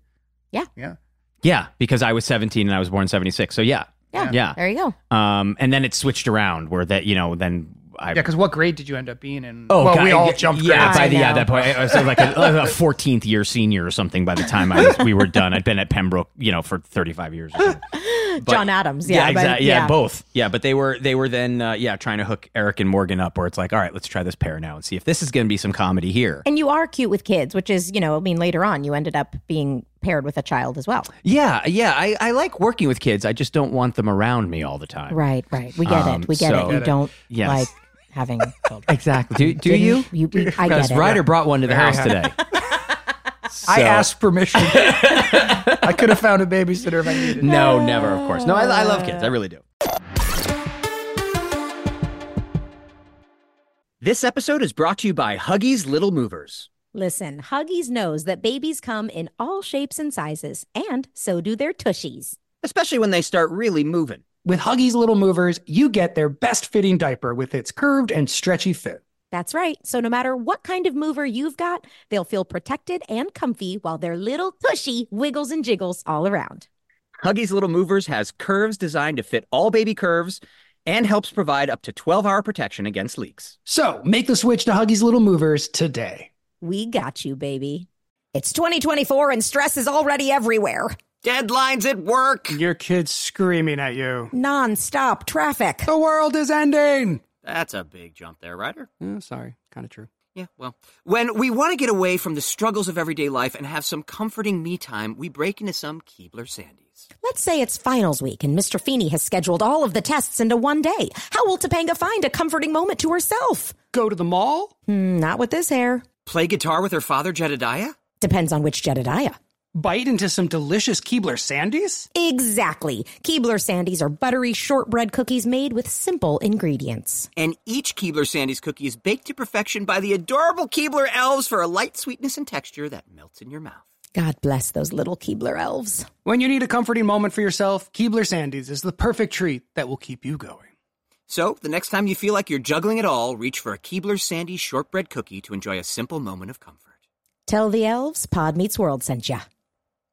Yeah. Yeah. Yeah, because i was 17 and i was born in 76 so yeah Yeah. yeah There you go. um and then it switched around where that you know then i Yeah, because what grade did you end up being in? Oh, well, God, we yeah, all jumped Yeah, grades. by the I yeah know. that point, I was like a- like a fourteenth year senior or something. By the time I was, we were done, I'd been at Pembroke, you know, for thirty five years. Or something. But- John Adams. Yeah, but- exact- yeah, both. Yeah, but they were they were then uh, yeah trying to hook Eric and Morgan up, where it's like, all right, let's try this pair now and see if this is going to be some comedy here. And you are cute with kids, which is, you know, I mean, later on you ended up being paired with a child as well. Yeah, yeah, I, I like working with kids. I just don't want them around me all the time. Right, right. We get Um, it. We get so- it. You don't Yes. like having children. Exactly. Do, do Didn't- you? you we- I Because get it. Ryder brought one to the house happy. today. I So- asked permission. I could have found a babysitter if I needed. No, never. Of course. No, I, I love kids. I really do. This episode is brought to you by Huggies Little Movers. Listen, Huggies knows that babies come in all shapes and sizes, and so do their tushies. especially when they start really moving. With Huggies Little Movers, you get their best fitting diaper with its curved and stretchy fit. That's right. So no matter what kind of mover you've got, they'll feel protected and comfy while their little tushy wiggles and jiggles all around. Huggies Little Movers has curves designed to fit all baby curves and helps provide up to 12 hour protection against leaks. So make the switch to Huggies Little Movers today. We got you, baby. It's 2024 and stress is already everywhere. Deadlines at work. Your kid's screaming at you. Non-stop traffic. The world is ending. That's a big jump there, Ryder. Oh, sorry, kind of true. Yeah, well, when we want to get away from the struggles of everyday life and have some comforting me time, we break into some Keebler Sandies. Let's say it's finals week and Mr. Feeney has scheduled all of the tests into one day. How will Topanga find a comforting moment to herself? Go to the mall. Hmm, not with this hair. Play guitar with her father, Jedediah? Depends on which Jedediah. Bite into some delicious Keebler Sandies. Exactly. Keebler Sandies are buttery shortbread cookies made with simple ingredients. And each Keebler Sandies cookie is baked to perfection by the adorable Keebler elves for a light sweetness and texture that melts in your mouth. God bless those little Keebler elves. When you need a comforting moment for yourself, Keebler Sandies is the perfect treat that will keep you going. So, the next time you feel like you're juggling it all, reach for a Keebler Sandy shortbread cookie to enjoy a simple moment of comfort. Tell the elves Pod Meets World sent ya.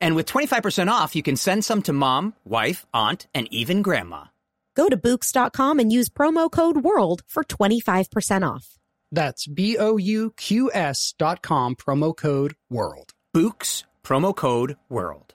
And with 25% off, you can send some to mom, wife, aunt, and even grandma. Go to Books.com and use promo code WORLD for 25% off. That's B O U Q S dot com, promo code WORLD. Books, promo code WORLD.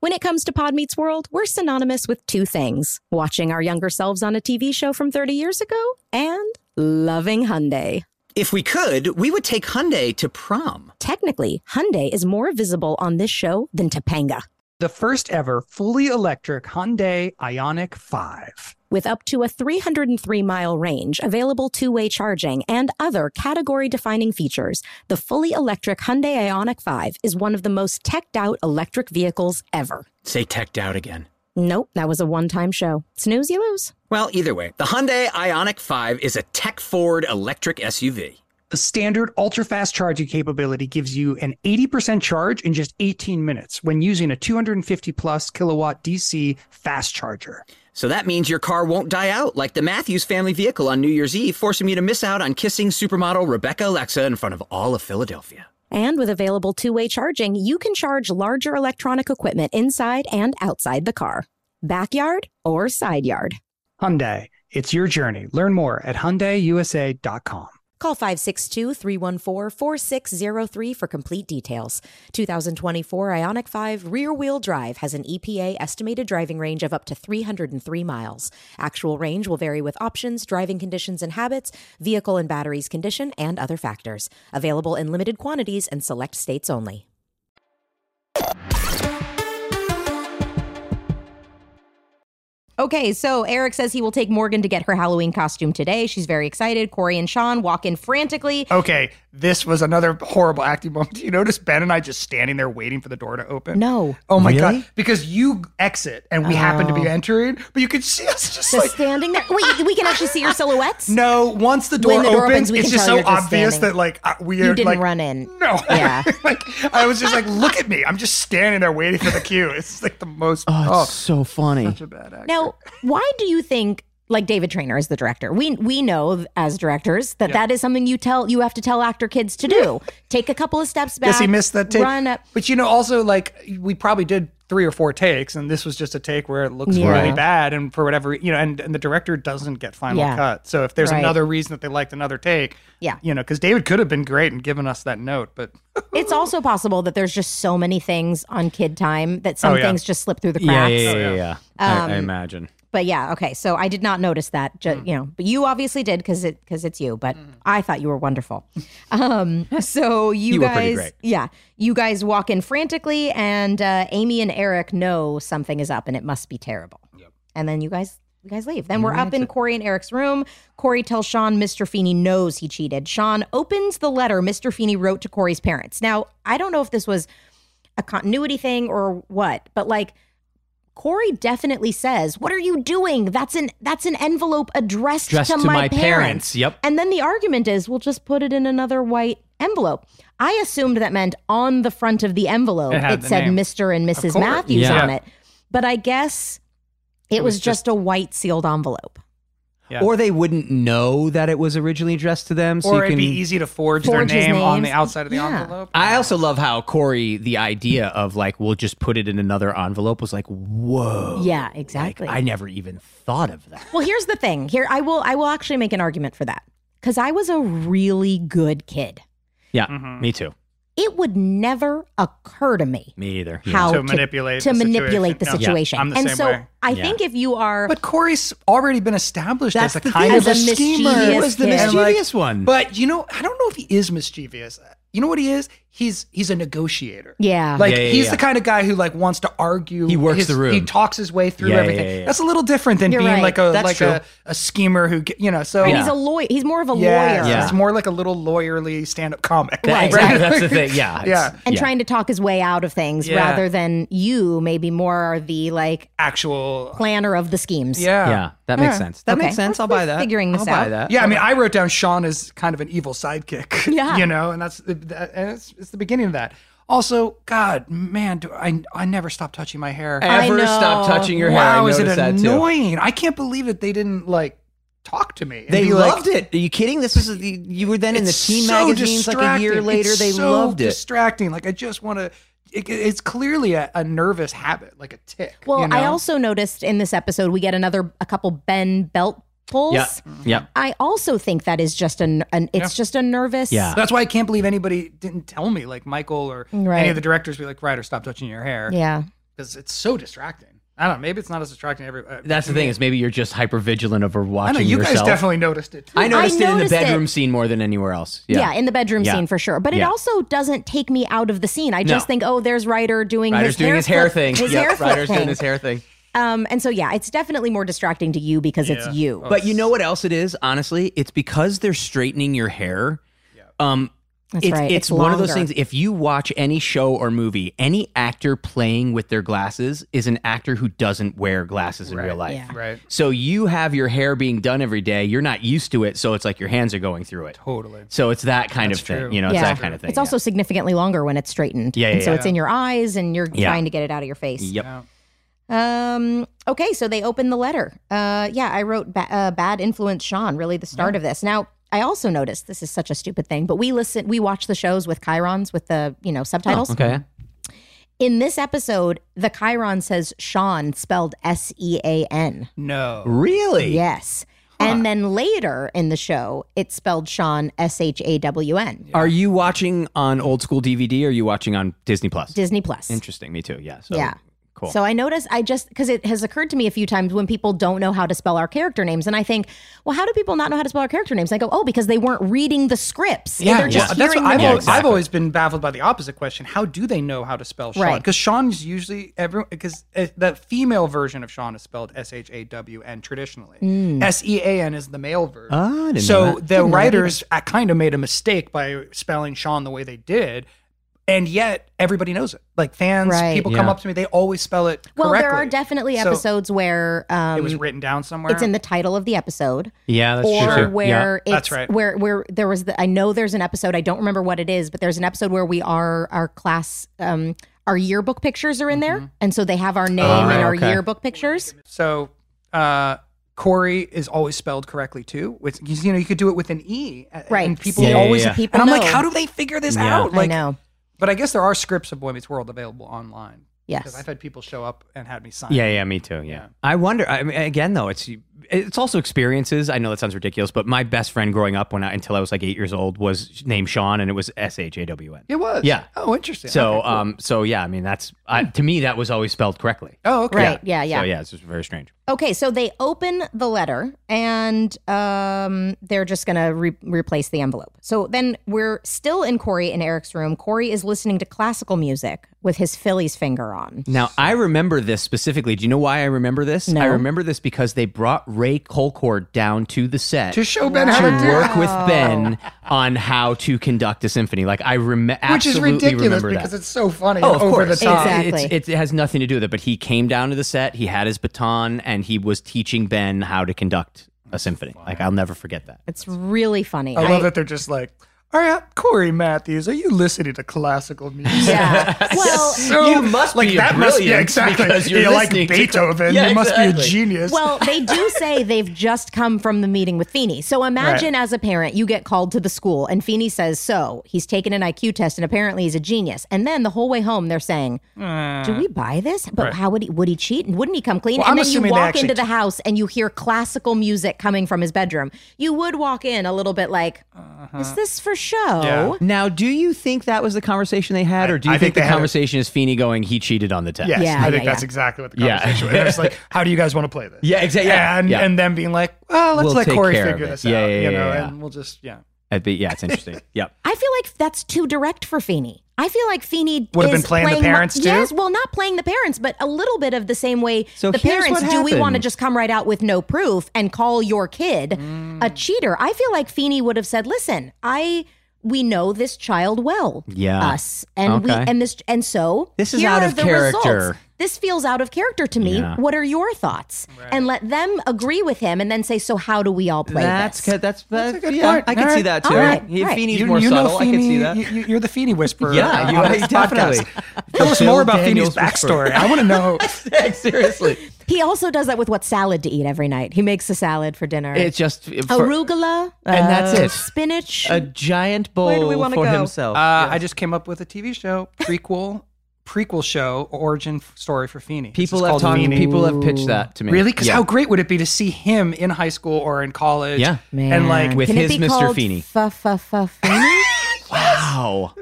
When it comes to Pod Meets World, we're synonymous with two things watching our younger selves on a TV show from 30 years ago and loving Hyundai. If we could, we would take Hyundai to prom. Technically, Hyundai is more visible on this show than Topanga. The first ever fully electric Hyundai Ionic 5. With up to a 303 mile range, available two way charging, and other category defining features, the fully electric Hyundai Ionic 5 is one of the most teched out electric vehicles ever. Say teched out again. Nope, that was a one time show. Snooze, you lose. Well, either way, the Hyundai Ionic 5 is a tech forward electric SUV. The standard ultra fast charging capability gives you an 80% charge in just 18 minutes when using a 250 plus kilowatt DC fast charger. So that means your car won't die out like the Matthews family vehicle on New Year's Eve, forcing me to miss out on kissing supermodel Rebecca Alexa in front of all of Philadelphia. And with available two way charging, you can charge larger electronic equipment inside and outside the car, backyard or side yard. Hyundai, it's your journey. Learn more at HyundaiUSA.com. Call 562 314 4603 for complete details. 2024 Ionic 5 rear wheel drive has an EPA estimated driving range of up to 303 miles. Actual range will vary with options, driving conditions and habits, vehicle and batteries condition, and other factors. Available in limited quantities and select states only. Okay, so Eric says he will take Morgan to get her Halloween costume today. She's very excited. Corey and Sean walk in frantically. Uh, Okay, this was another horrible acting moment. You notice Ben and I just standing there waiting for the door to open? No. Oh my Really? god! Because you exit and we happen to be entering, but you could see us just Oh. Just like standing there. Wait, we can actually see your silhouettes? no. Once the When door, the door opens, opens, we it's can just tell so you're just obvious standing. that like uh, we You are didn't like run in. No, Yeah. like I was just like, look at me. I'm just standing there waiting for the cue. It's like the most. Oh, Oh, it's so funny. such a bad actor. Now, why do you think like David Trainer is the director? We we know as directors that that is something you tell you have to tell actor kids to do. Take a couple of steps back. Yes, he missed that take. Run up. But you know, also like we probably did three or four takes, and this was just a take where it looks Yeah. really Right. bad, and for whatever you know, and, and the director doesn't get final Yeah. cut. So if there's Right. another reason that they liked another take, Yeah. you know, because David could have been great and given us that note, but It's also possible that there's just so many things on kid time that some Oh, yeah. things just slip through the cracks. yeah. yeah. I, I imagine. But yeah, okay. So I did not notice that. Ju- You know, but you obviously did because it because it's you. But I thought you were wonderful. Um, so you, You were pretty guys, great. yeah, you guys walk in frantically, and uh, Amy and Eric know something is up, and it must be terrible. Yep. And then you guys. You guys leave. Then we're up in Corey and Eric's room. Corey tells Sean Mr. Feeney knows he cheated. Sean opens the letter Mr. Feeney wrote to Corey's parents. Now, I don't know if this was a continuity thing or what, but like Corey definitely says, "What are you doing? That's an that's an envelope addressed Addressed to, to my parents." Yep. And then the argument is, "We'll just put it in another white envelope." I assumed that meant on the front of the envelope It it, had the said name. Mr. and Mrs. course. Matthews Yeah. on it, but I guess it, was, just a white sealed envelope. Yeah. Or they wouldn't know that it was originally addressed to them. So or you it'd can, be easy to forge, Forge his their name on the names. outside of the Yeah. envelope. I also love how Corey, the idea of like, we'll just put it in another envelope was like, whoa. Yeah, exactly. I never even thought of that. Well, here's the thing. Here, I will. I will actually make an argument for that because I was a really good kid. Mm-hmm. Yeah, me too. It would never occur to me Me either. Yeah. how To manipulate to the manipulate the situation. Yeah. situation. I'm the and same so way. I Yeah. think if you are But Corey's already been established That's as the a kind thing, of a as a schemer. mischievous He was the kid. And, like, mischievous one. But you know, I don't know if he is mischievous. You know what he is? He's he's a negotiator. Yeah. Like Yeah, yeah, he's yeah. the kind of guy who like wants to argue. He works his- the room. He talks his way through Yeah, yeah, everything. yeah, yeah. That's a little different than You're being right. like a That's like true. a, a schemer who get- you know. So he's a lawyer. He's more of a yeah, lawyer. Yeah. it's more like a little lawyerly stand-up comic. That- exactly, that's the thing. Yeah. Yeah. it's- And trying to talk his way out of things Yeah. rather than you maybe more are the like Actual. planner of the schemes. Yeah. Yeah, that makes Yeah. sense. That Okay. makes sense. We're- I'll buy we're that. figuring this I'll buy out. that. Yeah, I mean, I wrote down Sean as kind of an evil sidekick. Yeah. you know, and that's that, and it's, it's the beginning of that. Also, God, man, do I I never stop touching my hair. I Ever stop know. touching your hair? wow, I is it noticed that too. annoying? I can't believe that they didn't like talk to me. and They be like, loved it. Are you kidding? This is you were then in the It's teen so magazines like a year distracting. later. It's they so loved it. Distracting. Like I just want to. It, it's clearly a, a nervous habit, like a tick. Well, you know? I also noticed in this episode we get another a couple Ben belt pulls. Yeah, yeah. I also think that is just an, an it's just a nervous Yeah. That's why I can't believe anybody didn't tell me, like Michael or Right. any of the directors, be like, "Ryder, stop touching your hair," Yeah. because it's so distracting. I don't know. Maybe it's not as distracting. Every uh, That's the thing is maybe you're just hyper vigilant over I watching know you yourself. guys definitely noticed it. Too. I noticed it in the noticed it. bedroom scene more than anywhere else. Yeah. Yeah. in the bedroom Yeah. scene for sure. But it Yeah. also doesn't take me out of the scene. I just No. think, oh, there's Ryder doing Ryder's his doing hair his hair flip- thing. His yeah, hair flip Ryder's thing. doing his hair thing. Um, and so yeah, it's definitely more distracting to you because it's you. But you know what else it is? Honestly, it's because they're straightening your hair. Um, That's it's, right. It's, It's one of those longer. things. If you watch any show or movie, any actor playing with their glasses is an actor who doesn't wear glasses in real life. Yeah. right? So you have your hair being done every day. You're not used to it, so it's like your hands are going through it. Totally. So it's that kind That's of thing. true. You know, it's Yeah. that kind of thing. It's also significantly longer when it's straightened. Yeah, yeah, and so yeah. it's in your eyes and you're Yeah. trying to get it out of your face. Yep. Yeah. Um, okay, so they open the letter. Uh, yeah, I wrote ba- uh, bad influence Sean, really the start of this. Now, I also noticed this is such a stupid thing, but we listen, we watch the shows with chirons with the, you know, subtitles. Oh, okay. In this episode, the chiron says Sean spelled S E A N. No. Really? Yes. And then later in the show, it spelled Sean S H A W N. Are you watching on old school DVD or are you watching on Disney Plus? Disney Plus. Interesting. Me too. Yeah. So, Yeah. Oh, Cool. So I notice I just because it has occurred to me a few times when people don't know how to spell our character names, and I think, well, how do people not know how to spell our character names? I go, oh, because they weren't reading the scripts. they're just that's hearing what I've, the al- names. exactly. I've always been baffled by the opposite question. How do they know how to spell Sean? Right. Because Sean's usually every because uh, the female version of Sean is spelled S H A W N traditionally. Mm. S E A N is the male version. Ah, I didn't so know that. the writers uh, kind of made a mistake by spelling Sean the way they did, and yet everybody knows it. Like fans, Right. people come Yeah. up to me, they always spell it. Well, there are correctly. definitely So episodes where It was um, written down somewhere. it's in the title of the episode, yeah, that's or true. too. where it's That's right. where where there was the I know there's an episode I don't remember what it is, but there's an episode where we are our class. Um, our yearbook pictures are in there, Mm-hmm. and so they have our Oh, name and our okay. yearbook pictures. So uh, Corey is always spelled correctly too. With you know, you could do it with an e, uh, Right. And people Yeah, yeah, always. yeah. People and I'm like, know. how do they figure this Yeah. out? Like, I know. but I guess there are scripts of Boy Meets World available online because Yes. I've had people show up and had me sign. Yeah, yeah, me too. Yeah, Yeah. I wonder. I mean, again, though, it's it's also experiences. I know that sounds ridiculous, but my best friend growing up, when I, until I was like eight years old, was named Sean, and it was S H A W N. it was. Yeah. Oh, interesting. So, Okay, cool. um, so yeah, I mean, that's I, to me that was always spelled correctly. oh, okay. Right. Yeah. Yeah. So yeah, it's just very strange. Okay, so they open the letter and um, they're just going to re- replace the envelope. So then we're still in Corey and Eric's room. Corey is listening to classical music with his Phillies finger on. Now I remember this specifically. Do you know why I remember this? No. I remember this because they brought Ray Colcord down to the set To show Ben how to to do work with Wow. Ben on how to conduct a symphony. Like I rem- it, which is absolutely ridiculous remember that. because it's so funny Oh, and of over course. the top. Exactly. It's, it has nothing to do with it, but he came down to the set. He had his baton, and he was teaching Ben how to conduct a symphony. Like I'll never forget that. It's really funny. I I- love that they're just like, all right, Corey Matthews, are you listening to classical music? Yeah. Well, You must like be that must yeah brilliant exactly because you're You like listening to- Beethoven. Yeah, you must be a exactly. genius. well, they do say they've just come from the meeting with Feeney. So imagine as a parent, you get called to the school and Feeney says, So he's taken an IQ test and apparently he's a genius. And then the whole way home, they're saying, Do we buy this? But how would he, would he cheat? And wouldn't he come clean? Uh. Well, and I'm then you assuming they walk actually into the t- house and you hear classical music coming from his bedroom. You would walk in a little bit like, Is this for show. Uh-huh. Yeah. Now, do you think that was the conversation they had, or do I you think, think the they had a- conversation is Feeney going, he cheated on the test? Yes, Yeah, I think yeah, that's yeah. exactly what the Yeah. conversation was. It's like, how do you guys want to play this? Yeah, exactly. Yeah. and yeah. and then being like, well, let's We'll let take Corey care of figure it. this Yeah, out, yeah, you yeah, know, yeah. and we'll just yeah. I'd be- Uh, yeah, it's interesting. yep. I feel like that's too direct for Feeney. I feel like Feeney Would have is been playing the mo- parents, too? Yes, well, not playing the parents, but a little bit of the same way. So the here's parents what do. We want to happened. just come right out with no proof and call your kid Mm. a cheater. I feel like Feeney would have said, "Listen, I we know this child well, Yeah. us, and we Okay. and this and so This is here out are of the character. results. This feels out of character to me. Yeah. What are your thoughts? And let them agree with him, and then say, "So how do we all play That's this?" good. That's, that's, a good yeah, point. I can All see right. that All too. right, He- right. Feeney's more subtle. I can see that. You, you're the Feeny whisperer. yeah, on you, this definitely. podcast. Tell us more about Feeney's backstory. I want to know. uh, Seriously, He also does that with what salad to eat every night. He makes a salad for dinner. it's just for arugula, And uh, that's it. Spinach. a giant bowl do we wanna for go? himself. Uh, I just came up with a TV show prequel, prequel show origin f- story for Feeny. people have talked. Feeny. People have pitched that to me. Really? Because Yeah. how great would it be to see him in high school or in college? Yeah. and like, With Can his it be Mr. called Feeney. Fa fa fa Feeney? Wow.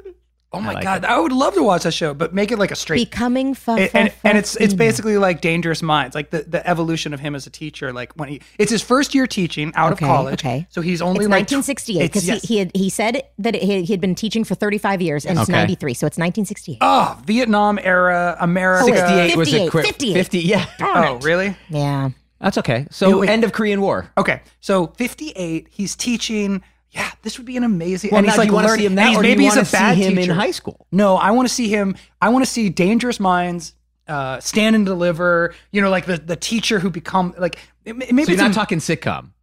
oh my like god, I would love to watch that show, but make it like a straight Becoming fa and, fa and, fa and it's it's Feeney. basically like dangerous minds like the, the evolution of him as a teacher like when he it's his first year teaching out Okay, of college okay. so he's only It's like 1968 because yes. he, he had he said that it, he, he had been teaching for 35 years and it's Okay. 93, so it's 1968. oh vietnam era america wait, 68 was a 58, quick 58. 50. Yeah. oh really yeah, That's okay. So wait. end of Korean War. okay so 58 he's teaching yeah this would be an amazing Well, and now, he's do like you want to learning- see him and now, he's- or do maybe you he's wanna a bad see him teacher. in high school? no i want to see him i want to see dangerous minds uh, stand and deliver you know like the, the teacher who become like it- maybe So you're it's not a- talking sitcom.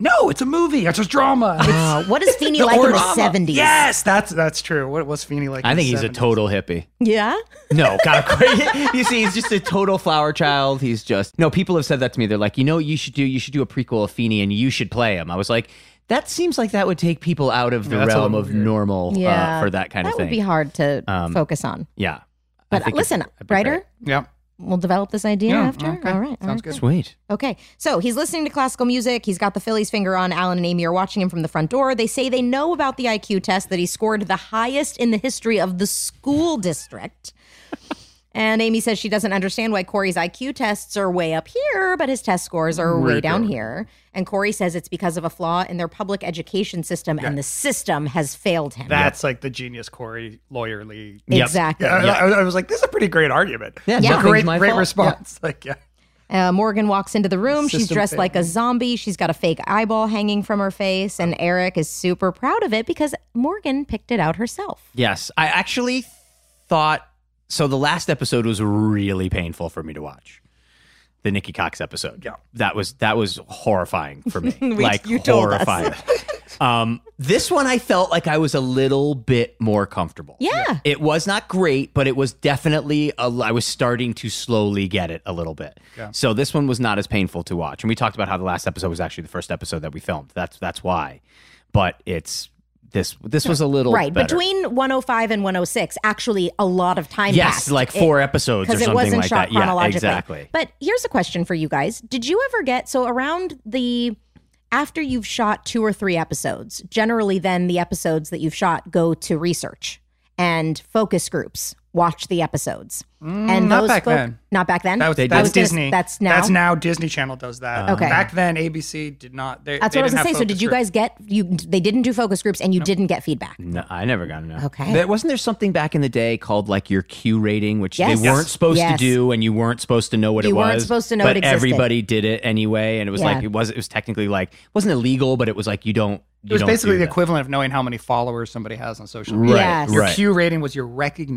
no it's a movie it's a drama It's- Ah. Uh, what is Feeney like in the Or- 70s? Yes, that's that's true. What was Feeney like? I in think the he's a 70s? total hippie. yeah. No, God, of course. you see, he's just a total flower child. He's just no. People have said that to me. They're like, you know, what you should do. You should do a prequel of Feeney, and you should play him. I was like, that seems like that would take people out of the Yeah, that's a realm little of weird. normal Yeah, uh, for that kind that of thing. would be hard to focus on. yeah, I But think listen, it'd- it'd be writer, great. Yeah. we'll develop this idea Yeah, after. okay. All right, all right. Sounds good. Sweet. Okay, so he's listening to classical music. He's got the Phillies finger on. Alan and Amy are watching him from the front door. They say they know about the IQ test that he scored the highest in the history of the school district. And Amy says she doesn't understand why Corey's IQ tests are way up here, but his test scores are way down here. And Corey says it's because of a flaw in their public education system, and the system has failed him. That's like the genius Corey lawyerly. exactly. Yeah, I- I, I was like, this is a pretty great argument. Yeah, Yeah. nothing's Great, my great fault. response. Like, yeah. Uh, Morgan walks into the room. She's System dressed failed. like a zombie. She's got a fake eyeball hanging from her face, and Eric is super proud of it because Morgan picked it out herself. Yes, I actually thought so. The last episode was really painful for me to watch. The Nikki Cox episode. Yeah, that was that was horrifying for me. like you told us. horrifying. um, this one I felt like I was a little bit more comfortable. Yeah. it was not great, but it was definitely a, I was starting to slowly get it a little bit. So this one was not as painful to watch. And we talked about how the last episode was actually the first episode that we filmed. That's that's why. But it's this this was a little Right. better. Between 105 and 106, actually, a lot of time Yes, passed. like four episodes or Because it something wasn't like shot that. Yeah, chronologically. exactly. But here's a question for you guys Did you ever get so around the. After you've shot two or three episodes, generally then the episodes that you've shot go to research and focus groups watch the episodes. and Mm, not those back fo- then. Not back then. That was, They that's did. Uh-huh. Disney. That's now? That's now Disney Channel does that. Okay. Back then, ABC did not. They, That's they what I was didn't gonna say. have So focus did you groups. guys get you? They didn't do focus groups, and you didn't get feedback. No, I never got enough. Okay. There, wasn't there something back in the day called like your Q rating, which Yes. they weren't supposed Yes. to do, and you weren't supposed to know what You it was. weren't supposed to know but it existed. everybody did it anyway, and it was Yeah. like it was it was technically like it wasn't illegal, but it was like you don't. You It was don't basically do the that. equivalent of knowing how many followers somebody has on social Right, media. Yes. Your right. Q rating was your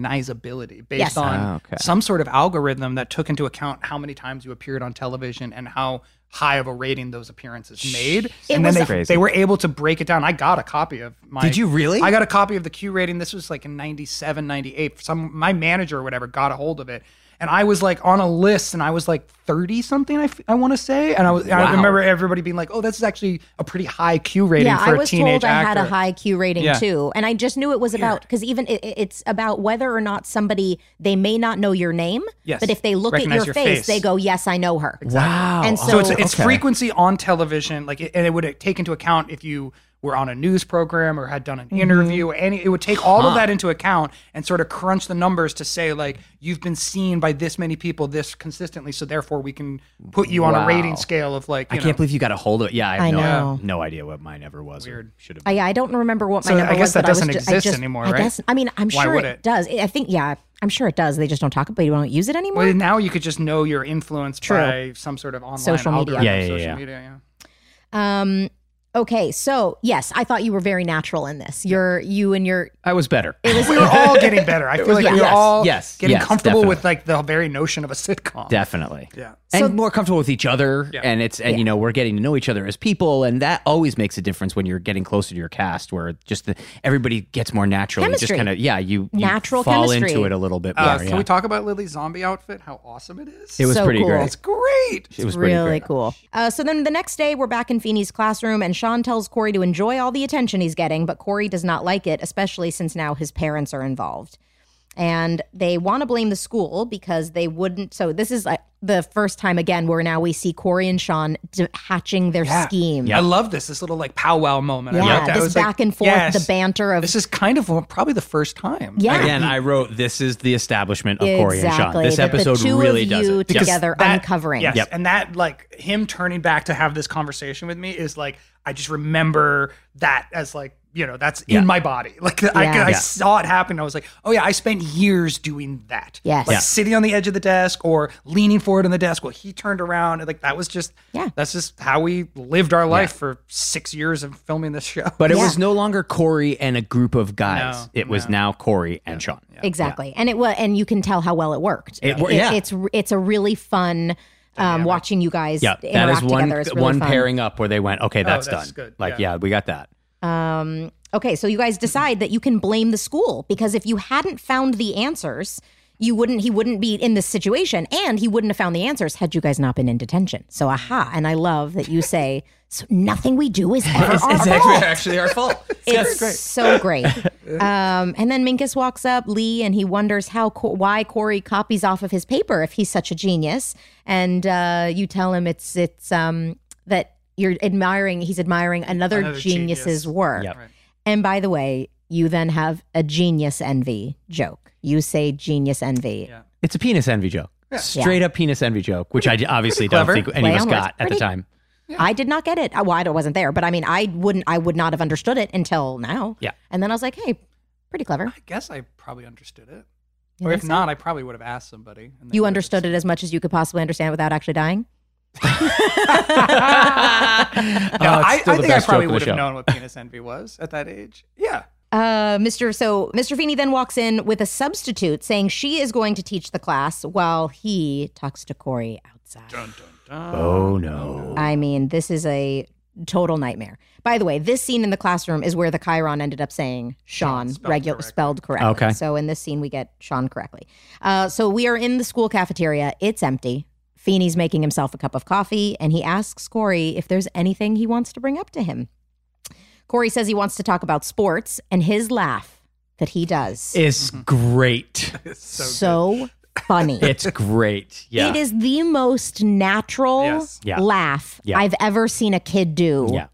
recognizability based Yes. on Ah, okay. some sort of algorithm that took into account how many times you appeared on television and how high of a rating those appearances made. and was then they, crazy. they were able to break it down. I got a copy of my Did you really? I got a copy of the Q rating. This was like in 97, 98. Some my manager or whatever got a hold of it. And I was like on a list and I was like 30 something I, want to say and I was I Wow. remember everybody being like, "Oh, this is actually a pretty high Q rating Yeah, for I a was teenage told I had a actor." high Q rating Yeah. too, and I just knew it was about because even it, it- it's about whether or not somebody they may not know your name, Yes. but if they look Recognize at your, your face, face. they go, "Yes, I know her." Wow. And Oh, So it's So- it's okay. frequency on television, like, it, and it would take into account if you were on a news program or had done an Mm-hmm. interview. Any, it would take all of that into account and sort of crunch the numbers to say like you've been seen by this many people this consistently, so therefore we can put you on a rating Wow. scale of like I you can't know, believe you got a hold of it. Yeah, I have I no, know. no idea what mine ever was. Weird. Should have. I, I don't remember what my So number I guess was, that but I was doesn't ju- I exist just- anymore, I right? guess, I mean, I'm Why sure would it, it? does. I think, yeah, I'm sure it does. They just don't talk about it. You don't use it anymore. Well, now you could just know you're influenced by some sort of online Social media. algorithm, Yeah, yeah, social yeah. media. Yeah. Um, okay, so yes, I thought you were very natural in this. You're you and your I was better. we were all getting better. I feel like we were yes, all yes, getting yes, comfortable with definitely. like the very notion of a sitcom. Definitely. Yeah. And more comfortable with each other. Yeah. And it's, and you know, we're getting to know each other as people. And that always makes a difference when you're getting closer to your cast where just the, everybody gets more natural. You Chemistry. just kind of, yeah, you, you Natural fall chemistry. into it a little bit more. Uh, yeah. Can we talk about Lily's zombie outfit? How awesome it is! it was So pretty cool. great. It's great. It was pretty really great. cool. Uh, so then the next day, we're back in Feeney's classroom, and Sean tells Corey to enjoy all the attention he's getting, but Corey does not like it, especially since now his parents are involved. And they want to blame the school because they wouldn't. So this is like the first time again where now we see Corey and Sean d- hatching their scheme. I love this. This little like powwow moment. I Yeah, liked it. I this was like, back and forth, yes. the banter of This is kind of probably the first time. yeah, Again, I wrote this is the establishment of Corey and Sean. exactly. This that episode the two really of does you it. Because together that- uncovering. Yes, and that like him turning back to have this conversation with me is like I just remember that as like you know that's in my body. Like I, Yeah. I Yeah. saw it happen. I was like, oh yeah, I spent years doing that. Yes. like Yeah. sitting on the edge of the desk or leaning forward on the desk while he turned around. And, like that was just Yeah. That's just how we lived our life for six years of filming this show. But it Yeah. was no longer Corey and a group of guys. No, it was now Corey and Sean. Exactly, and it was, and you can tell how well it worked. It wor- yeah. it's it's a really fun um, watching you guys Yeah, that interact is one together. It's really one fun. pairing up where they went, okay, Oh, that's, that's done. good. Like, Yeah. yeah. we got that. Okay, so you guys decide that you can blame the school because if you hadn't found the answers, you wouldn't. He wouldn't be in this situation, and he wouldn't have found the answers had you guys not been in detention. So aha! And I love that you say so nothing we do is ever our fault. actually our fault. It's so great. Um, and then Minkus walks up, Lee, and he wonders how Co- why Corey copies off of his paper if he's such a genius. And uh, you tell him it's it's um, that you're admiring. He's admiring another, Another genius's genius. work. Yep. And by the way, you then have a genius envy joke. You say genius envy. It's a penis envy joke. Straight up penis envy joke, which I d- obviously don't clever. think any of us Well, it's got at the pretty- time. I did not get it. Uh, Well, I wasn't there, but I mean, I wouldn't. I would not have understood it until now. Yeah. And then I was like, hey, pretty clever. I guess I probably understood it. You or think if not, I probably would have asked somebody. and they You would have understood it as much as you could possibly understand without actually dying. No, Oh, it's I, still I the think I best joke probably of the would have show. known what penis envy was at that age. Yeah. Uh, Mr. So Mr. Feeney then walks in with a substitute saying she is going to teach the class while he talks to Corey outside. Oh no. I mean, this is a total nightmare. By the way, this scene in the classroom is where the Chiron ended up saying Sean spelled, regu- spelled correctly. Okay. So in this scene, we get Sean correctly. Uh, so we are in the school cafeteria. It's empty. Feeney's making himself a cup of coffee, and he asks Corey if there's anything he wants to bring up to him. Corey says he wants to talk about sports, and his laugh that he does It's Mm-hmm. great. so, funny. It's great. Yeah. It is the most natural Yes. Yeah. laugh Yeah. I've ever seen a kid do Yeah.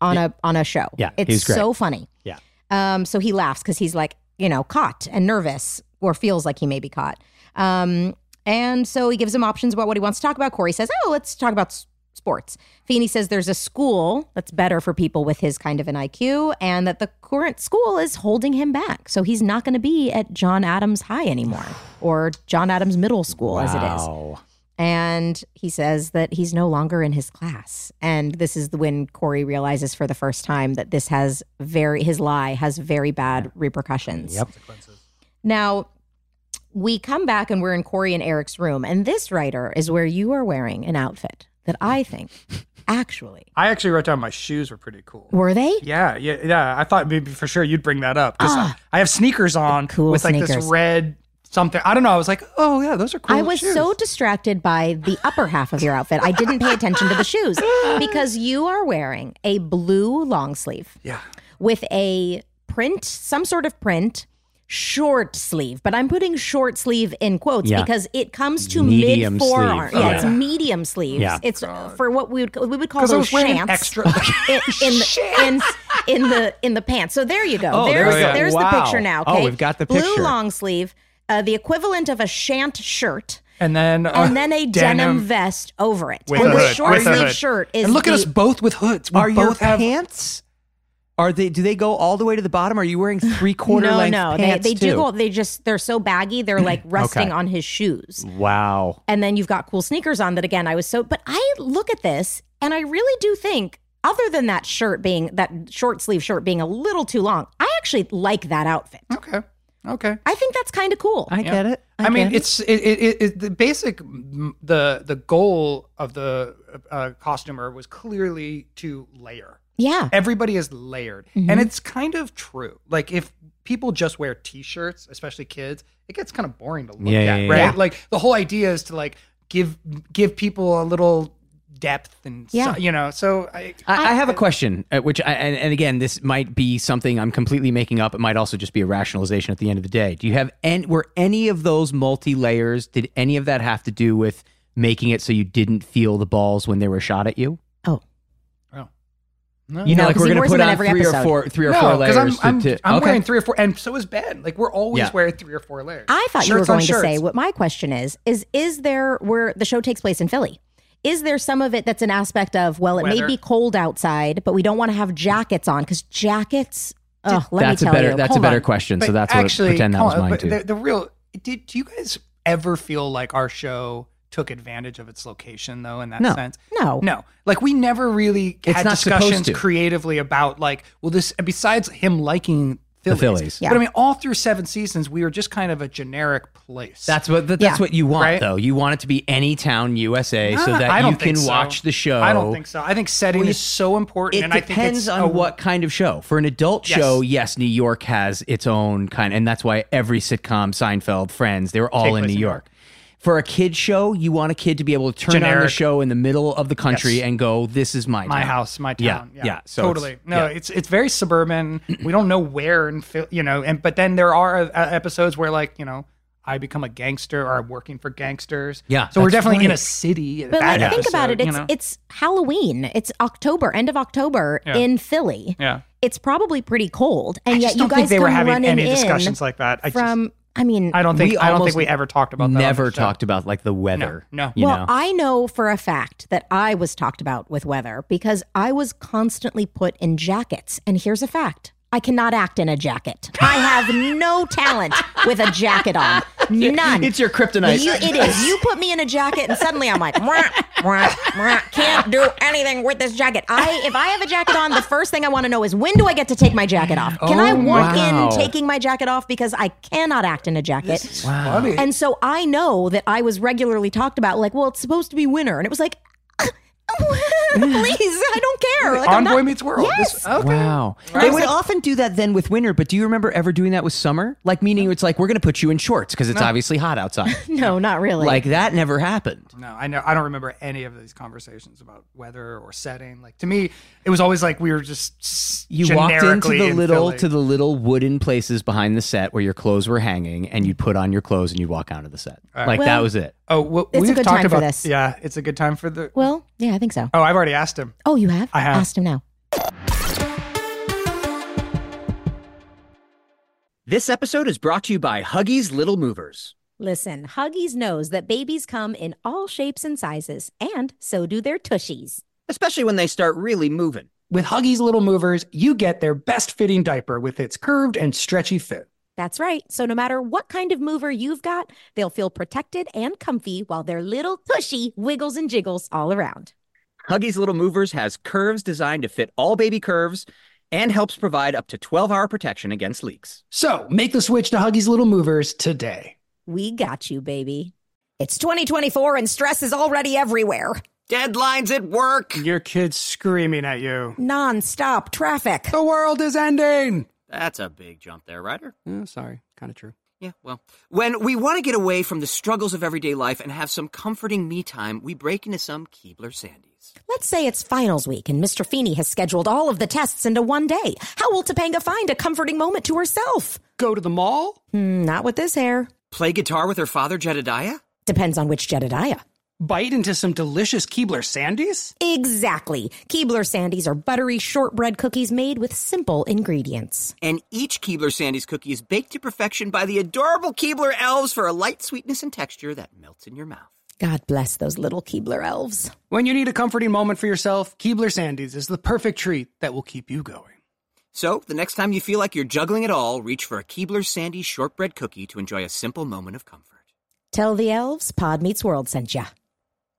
on a on a show. Yeah, it's he's great. so funny. Yeah. Um, so he laughs because he's like, you know, caught and nervous or feels like he may be caught. Um, and so he gives him options about what he wants to talk about. Corey says, "Oh, let's talk about s- sports." Feeney says there's a school that's better for people with his kind of an IQ, and that the current school is holding him back, so he's not going to be at John Adams High anymore or John Adams Middle School as it is Wow. and he says that he's no longer in his class and this is when corey realizes for the first time that this has very his lie has very bad repercussions Yep. now we come back and we're in corey and eric's room and this writer is where you are wearing an outfit that i think actually I actually wrote down my shoes were pretty cool. were they Yeah, yeah, yeah. I thought maybe for sure you'd bring that up because I have sneakers on Ah. Cool with like this sneakers. red something. I don't know. I was like, oh yeah, those are cool. I was shoes. so distracted by the upper half of your outfit. I didn't pay attention to the shoes because you are wearing a blue long sleeve. yeah. with a print, some sort of print, short sleeve, but I'm putting short sleeve in quotes Yeah. because it comes to Medium mid forearm. sleeve. Yeah, it's Yeah. medium sleeves. Yeah. It's for what we would we would call Because I those was wearing shants extra. in, in, the, in, in the in the pants. So there you go. Oh, there there's we go. there's the Wow. picture now. Oh, Okay? we've got the picture. Blue long sleeve, uh, the equivalent of a shant shirt. and then uh, And then a denim, vest over it. With and a the hood, short with a sleeve hood. shirt is And look at the- us both with hoods. We Are your both have pants? Are they? Do they go all the way to the bottom? Are you wearing three quarter no, length no, pants they, they do too? go. They just they're so baggy. They're like resting Okay. on his shoes. wow. And then you've got cool sneakers on. That again, I was so. But I look at this and I really do think, other than that shirt being that short sleeve shirt being a little too long, I actually like that outfit. Okay. Okay. I think that's kind of cool. I get it. I, mean, get it. it's it, it, it, it- the basic m- the the goal of the uh, costumer was clearly to layer. yeah. Everybody is layered, and it's kind of true. Like if people just wear t-shirts, especially kids, it gets kind of boring to look Yeah, at, yeah, right? yeah. Like the whole idea is to like give give people a little depth and Yeah. so- you know. So I, I, I have a question, uh, which I, and, and again, this might be something I'm completely making up. It might also just be a rationalization at the end of the day. Do you have any? Were any of those multi layers? Did any of that have to do with making it so you didn't feel the balls when they were shot at you? Oh. Oh. No. you know, No, like 'cause we're he gonna wears put them in on every three or episode. four, three or four no, because I'm layers. I'm, to, to, I'm okay. wearing three or four, and so is Ben. Like we're always Yeah. wearing three or four layers. I thought you were Shirts on going to say shirts. what my question is is is there where the show takes place in Philly? Is there some of it that's an aspect of well it may Weather. be cold outside but we don't want to have jackets on cuz jackets oh, let that's me a tell better. you. That's Hold a better on. question. So But that's actually, what pretend that come was on, mine but too. The, the real did do you guys ever feel like our show took advantage of its location though in that No. sense? No. No. Like we never really had not supposed discussions to. creatively about like, well this and besides him liking Phillies. Phillies. Yeah. But I mean all through seven seasons we were just kind of a generic place. That's what that, Yeah. that's what you want Right? though. You want it to be any town USA so Ah, that I you don't can think so. watch the show. I don't think so. I think setting is so important It and I think depends it's on a- what kind of show. For an adult Yes. show, yes, New York has its own kind, and that's why every sitcom, Seinfeld, Friends, they were all in place New in New York. For a kid show, you want a kid to be able to turn on the Generic. show in the middle of the country Yes. and go, "This is my my town." house, my Yeah, town. Yeah, yeah, so totally. it's- no, yeah. it's it's very suburban. we don't know where and you know, and but then there are uh, episodes where like you know. I become a gangster, or I'm working for gangsters. Yeah, so we're that's definitely in right. a city. But that like think about episode, it you it's know? it's Halloween. It's October, end of October Yeah. in Philly. yeah. It's probably pretty cold and I yet just you don't guys think they were come having running any in discussions like that. I from just, I mean I don't think, We I don't almost think we ever talked about that. on Never the show. talked about like the weather. no. you well, know? I know for a fact that I was talked about with weather because I was constantly put in jackets. And here's a fact I cannot act in a jacket. I have no talent with a jacket on. None. it's your kryptonite. You, it is. You put me in a jacket, and suddenly I'm like, "Mwah, mwah, mwah, can't do anything with this jacket. I, if I have a jacket on, the first thing I want to know is when do I get to take my jacket off? Can I Oh, walk wow. in taking my jacket off because I cannot act in a jacket? Funny. And so I know that I was regularly talked about, like, well, it's supposed to be winter. And it was like, please, I don't care. Like, on I'm Boy not, Meets World. This- oh, Yes. okay. Wow. They would often do that then with winter, but do you remember ever doing that with summer? Like, meaning it's like, we're going to put you in shorts because it's obviously hot outside. no, not really. like, that never happened. No, I know. I don't remember any of these conversations about weather or setting. Like to me, it was always like we were just s- You walked into generically the in little Philly. to the little wooden places behind the set where your clothes were hanging, and you'd put on your clothes and you'd walk out of the set. Like that Well- was it. Oh, well, It's a we've good talked time for about this. Yeah, it's a good time for the. well, yeah, I think so. Oh, I've already asked him. Oh, you have? I have. Asked him now. This episode is brought to you by Huggies Little Movers. Listen, Huggies knows that babies come in all shapes and sizes, and so do their tushies. especially when they start really moving. With Huggies Little Movers, you get their best fitting diaper with its curved and stretchy fit. That's right. So no matter what kind of mover you've got, they'll feel protected and comfy while their little tushy wiggles and jiggles all around. Huggies Little Movers has curves designed to fit all baby curves and helps provide up to 12 hour protection against leaks. So make the switch to Huggies Little Movers today. We got you, baby. It's 2024 and stress is already everywhere. Deadlines at work. Your kid's screaming at you. Non-stop traffic. The world is ending. That's a big jump there, Ryder. Oh, sorry, kind of true. Yeah, well, when we want to get away from the struggles of everyday life and have some comforting me time, we break into some Keebler Sandies. Let's say it's finals week and Mr. Feeney has scheduled all of the tests into one day. How will Topanga find a comforting moment to herself? Go to the mall? Not with this hair. Play guitar with her father, Jedediah? Depends on which Jedediah. Bite into some delicious Keebler Sandies? Exactly. Keebler Sandies are buttery shortbread cookies made with simple ingredients. And each Keebler Sandy's cookie is baked to perfection by the adorable Keebler elves for a light sweetness and texture that melts in your mouth. God bless those little Keebler elves. When you need a comforting moment for yourself, Keebler Sandies is the perfect treat that will keep you going. So, the next time you feel like you're juggling it all, reach for a Keebler Sandy shortbread cookie to enjoy a simple moment of comfort. Tell the elves Pod Meets World sent ya.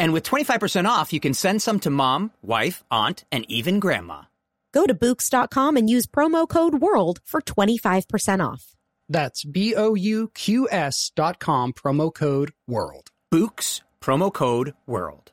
And with 25% off, you can send some to mom, wife, aunt, and even grandma. Go to Books.com and use promo code WORLD for 25% off. That's B O U Q S dot com, promo code WORLD. Books, promo code WORLD.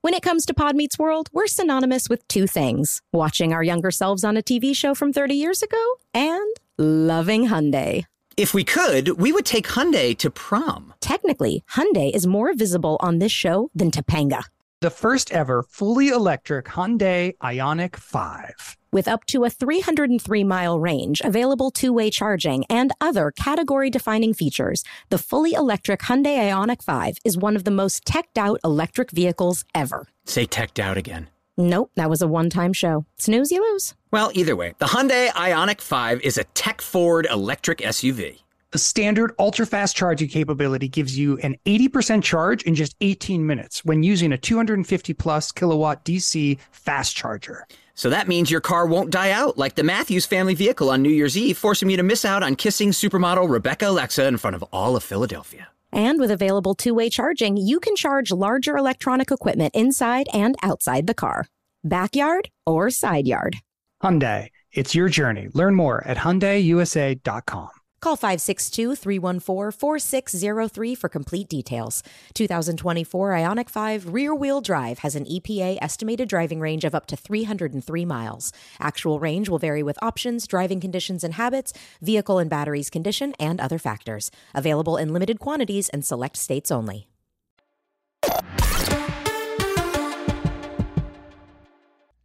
When it comes to Pod Meets World, we're synonymous with two things watching our younger selves on a TV show from 30 years ago and loving Hyundai. If we could, we would take Hyundai to prom. Technically, Hyundai is more visible on this show than Topanga. The first ever fully electric Hyundai Ionic 5. With up to a 303 mile range, available two way charging, and other category defining features, the fully electric Hyundai Ionic 5 is one of the most teched out electric vehicles ever. Say teched out again. Nope, that was a one time show. Snooze, you lose. Well, either way, the Hyundai Ionic 5 is a tech forward electric SUV. The standard ultra fast charging capability gives you an 80% charge in just 18 minutes when using a 250 plus kilowatt DC fast charger. So that means your car won't die out like the Matthews family vehicle on New Year's Eve, forcing you to miss out on kissing supermodel Rebecca Alexa in front of all of Philadelphia. And with available two way charging, you can charge larger electronic equipment inside and outside the car, backyard or side yard. Hyundai, it's your journey. Learn more at HyundaiUSA.com. Call 562 314 4603 for complete details. 2024 Ionic 5 rear wheel drive has an EPA estimated driving range of up to 303 miles. Actual range will vary with options, driving conditions and habits, vehicle and batteries condition, and other factors. Available in limited quantities and select states only.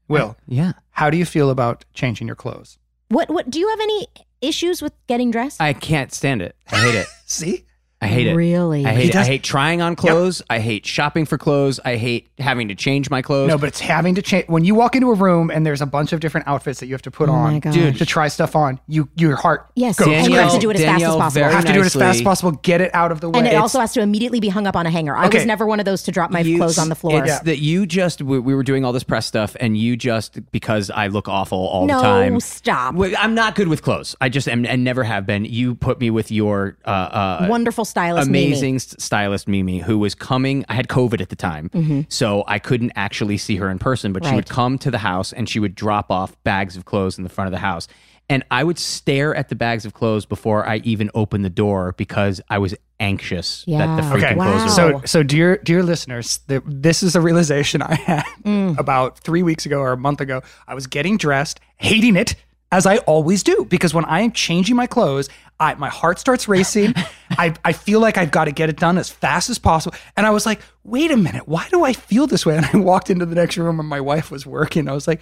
Will, Yeah. how do you feel about changing your clothes? What what do you have any issues with getting dressed? I can't stand it. I hate it. See? I hate it. Really? I He hate it. I does- hate trying on clothes. I hate shopping for clothes. I hate having to change my clothes. No, but it's having to change when you walk into a room and there's a bunch of different outfits that you have to put on Oh gosh. Dude. to try stuff on. You your heart Yes, goes and you have to do it as fast as Danielle possible. very have to do it as fast as nicely- possible. Get it out of the way. and it It's- also has to immediately be hung up on a hanger. I was Okay. never one of those to drop my you- clothes on the floor. It's that you just we, we were doing all this press stuff, and you just because I look awful all No, the time. stop. Wait, I'm not good with clothes. I just am, and never have been. You put me with your uh, uh, Wonderful stylist, Mimi. amazing st- stylist Mimi, who was coming. I had COVID at the time, so I couldn't actually see her in person, but she Mm-hmm. Right. would come to the house and she would drop off bags of clothes in the front of the house. And I would stare at the bags of clothes before I even opened the door because I was anxious that the Yeah. freaking Okay. clothes were So, so dear, dear listeners, th- this is a realization I had about three weeks ago or a month ago. I was getting dressed, hating it, as I always do, because when I am changing my clothes, I, my heart starts racing. I, I feel like I've got to get it done as fast as possible. And I was like, wait a minute, why do I feel this way? And I walked into the next room and my wife was working. I was like,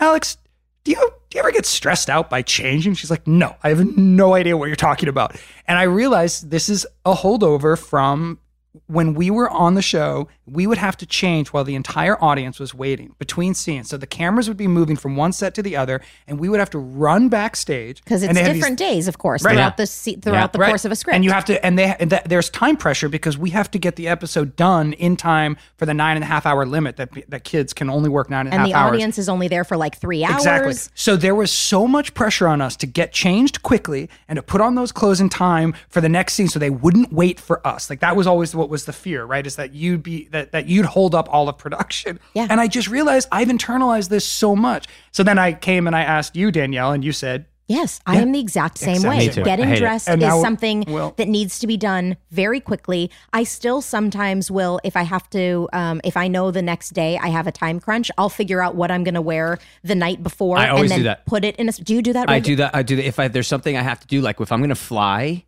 Alex, do you, do you ever get stressed out by changing? She's like, no, I have no idea what you're talking about. And I realized this is a holdover from when we were on the show, we would have to change while the entire audience was waiting between scenes. So the cameras would be moving from one set to the other, and we would have to run backstage because it's and they had these- different days, of course, Right. throughout Yeah. the se- throughout the Right. course of a script. And you have to, and they, and that, there's time pressure because we have to get the episode done in time for the nine and a half hour limit that that kids can only work nine and a half and the hours. audience is only there for like three hours. Exactly. So there was so much pressure on us to get changed quickly and to put on those clothes in time for the next scene, so they wouldn't wait for us. Like that was always what was the fear, right? Is that you'd be that that you'd hold up all of production. Yeah. And I just realized I've internalized this so much. So then I came and I asked you, Danielle, and you said, Yes, I am the exact same Exact way. same way. I Getting hate it. dressed And is now- something well- that needs to be done very quickly. I still sometimes will, if I have to, um, if I know the next day I have a time crunch, I'll figure out what I'm going to wear the night before I always and then do that. put it in a. Do you do that? I Rogan? do that. I do that. If I, there's something I have to do, like if I'm going to fly,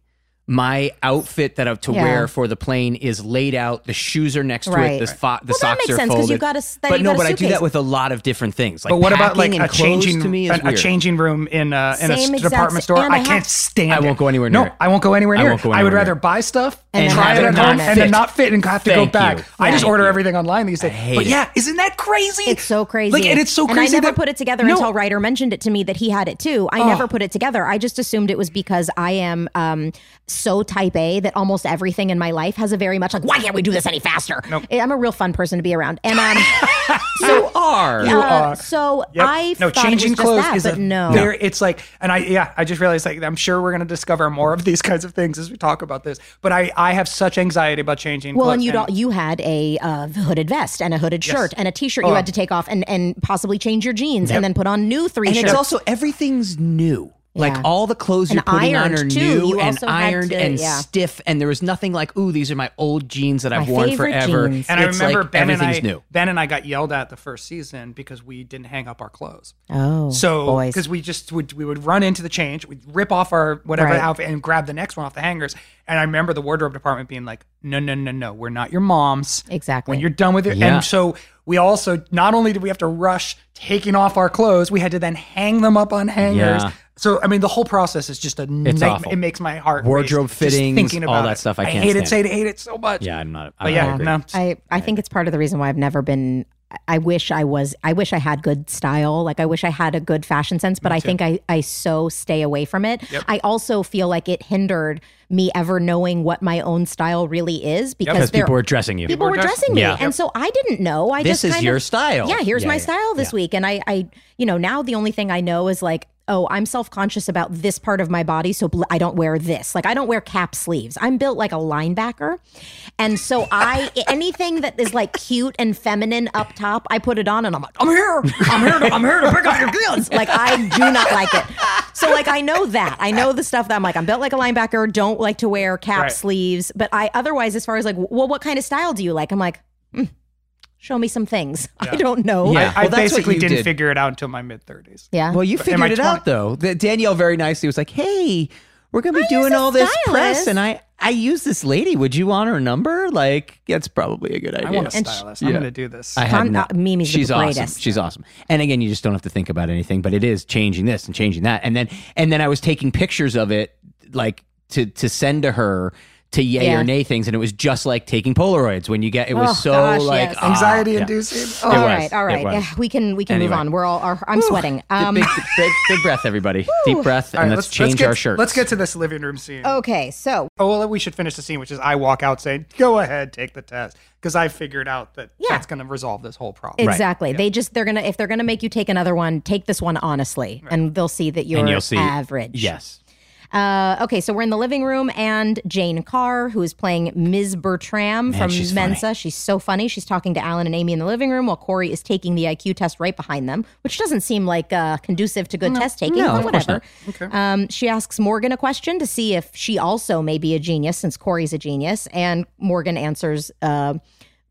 my outfit that I have to Yeah. wear for the plane is laid out. The shoes are next Right. to it. The, fo- the Well, that socks makes are sense 'cause folded. you gotta s- that but you no, got a but I do suitcase. that with a lot of different things. Like but what about like packing a and clothes changing to me is an- a weird. changing room in a, in a Same s- exact- department store? and I I can't have- stand. I won't it. go anywhere no, near it. I won't go anywhere I near. won't it. go I would anywhere rather near it. buy stuff And and, then try have it it at not home and then fit. not fit and have to go Thank back. you. I just Thank order you. everything online these days. hate but it. yeah, isn't that crazy? It's so crazy. Like, and it's so crazy. And I never that- put it together No, Oh. until Ryder mentioned it to me that he had it too. I never put it together. I just assumed it was because I am um, so type A that almost everything in my life has a very much like, why can't we do this any faster? Eh, I'm a real fun person to be around. And um, You are. uh, are. so Yep. I no thought changing it was just clothes that, is but a no. very- it's like and I yeah I just realized like I'm sure we're gonna discover more of these kinds of things as we talk about this but I I have such anxiety about changing Well, clothes and you would you had a uh, hooded vest and a hooded shirt and a t-shirt Oh. you had to take off and, and possibly change your jeans and then put on new three and shirts. it's also everything's new. Yeah. Like all the clothes And you're putting on ironed, are too. new You and also had ironed to- and yeah. stiff, and there was nothing like, "Ooh, these are my old jeans that I've My worn favorite forever." jeans. and I It's like remember Ben and everything's I new. Ben and I got yelled at the first season because we didn't hang up our clothes oh, So, boys. because we just would we would run into the change, we'd rip off our whatever Right. outfit and grab the next one off the hangers. And I remember the wardrobe department being like, "No, no, no, no, we're not your moms. Exactly. When you're done with it." Yeah. And so we also not only did we have to rush taking off our clothes, we had to then hang them up on hangers. Yeah. So I mean, the whole process is just a nightmare. awful. It makes my heart race Wardrobe just fittings, thinking all about that it. stuff I I can't hate it. Say stand. I hate it so much. Yeah, I'm not. I But don't yeah, agree. no. I, I think it's part of the reason why I've never been. I wish I was. I wish I had good style. Like I wish I had a good fashion sense, but I think I I so stay away from it. I also feel like it hindered me ever knowing what my own style really is because because there people were dressing you. people were dressing me, Yeah. and so I didn't know. I This just is kind your of- style. Yeah, here's Yeah, my yeah, style this week, and I I you know now the only thing I know is like. Oh, I'm self conscious about this part of my body, so bl- I don't wear this. Like, I don't wear cap sleeves. I'm built like a linebacker. And so, I anything that is like cute and feminine up top, I put it on and I'm like, I'm here. I'm here. To, I'm here to pick up your guns. Like, I do not like it. So, like, I know that. I know the stuff that I'm like, I'm built like a linebacker, don't like to wear cap Right. sleeves. But I, otherwise, as far as like, well, what kind of style do you like? I'm like, "Hmm, show me some things. I don't know. Yeah. I, I Well, that's what basically you didn't did. figure it out until my mid thirties. Yeah. Well, you am I figured it out though. That Danielle very nicely was like, "Hey, we're gonna be doing a all this press, stylist." and I I use this lady. Would you want her number? Like, that's probably a good idea." I want a And sh- stylist. I'm yeah. going to do this. I had Con- no, uh, Mimi's the she's greatest. awesome. She's awesome. And again, you just don't have to think about anything. But it is changing this and changing that, and then and then I was taking pictures of it, like to to send to her to yay Yeah. or nay things, and it was just like taking Polaroids. When you get, it was Oh, so gosh, like yes. ah, Anxiety yeah. inducing. all was. right, all It right. was. Yeah, we can we can move Anyway. on. We're all are, I'm sweating. Um, big, big, big breath, everybody. Deep breath, and All right, let's, change get, our shirts. Let's get to this living room scene. Oh. Um, okay, so well, we should finish the scene, which is I walk out saying, "Go ahead, take the test," because I figured out that Yeah. that's going to resolve this whole problem. exactly, they just they're gonna if they're gonna make you take another one, take this one honestly, and they'll see that you're and you'll see average. Yes. Uh, okay, so we're in the living room, and Jane Carr, who is playing Ms. Bertram from she's Mensa, she's so funny. She's talking to Alan and Amy in the living room while Corey is taking the IQ test right behind them, which doesn't seem like uh, conducive to good test taking, but whatever. Um, she asks Morgan a question to see if she also may be a genius, since Corey's a genius, and Morgan answers uh,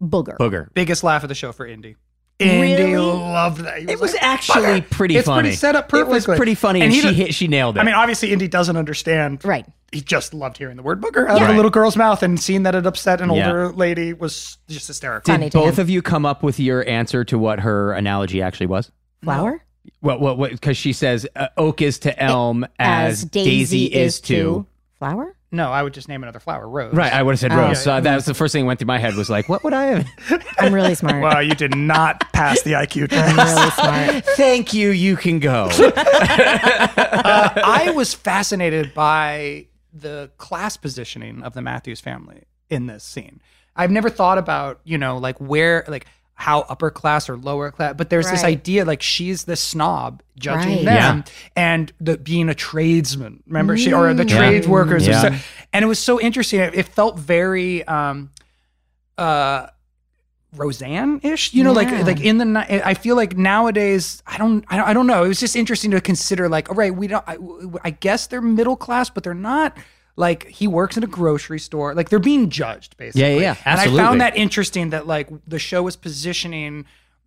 booger. Booger. Biggest laugh of the show for Indy. and he Really? loved that. He It was like, actually "Fucker." pretty it's funny. pretty set up It perfectly. was pretty funny, and, he she d- hit, she nailed it. I mean, obviously, Indy doesn't understand. Right. He just loved hearing the word booger out of Right. a little girl's mouth, and seeing that it upset an Yeah. older lady was just hysterical. Funny did to both him. of you come up with your answer to what her analogy actually was? Flower? What? What? What? Because she says uh, oak is to elm as, Daisy is to. Flower? no, I would just name another flower rose. Right, I would have said rose. Yeah, so that was the first thing that went through my head was like, what would I have? I'm really smart. Wow, you did not pass the IQ test. I'm really smart. Thank you, you can go. Uh, I was fascinated by the class positioning of the Matthews family in this scene. I've never thought about, you know, like where, like how upper class or lower class, but there's this Right. idea like she's the snob judging Right. them and the, being a tradesman, remember she, or Mm. the trades workers. or Yeah. so- and it was so interesting. It, it felt very, um, uh, Roseanne ish, you know, Yeah. like like in the ni- I feel like nowadays I don't I don't, I don't know. It was just interesting to consider like all right, we don't I, I guess they're middle class, but they're not like he works in a grocery store. Like they're being judged basically. Yeah, yeah, yeah. And I Absolutely. found that interesting that like the show is positioning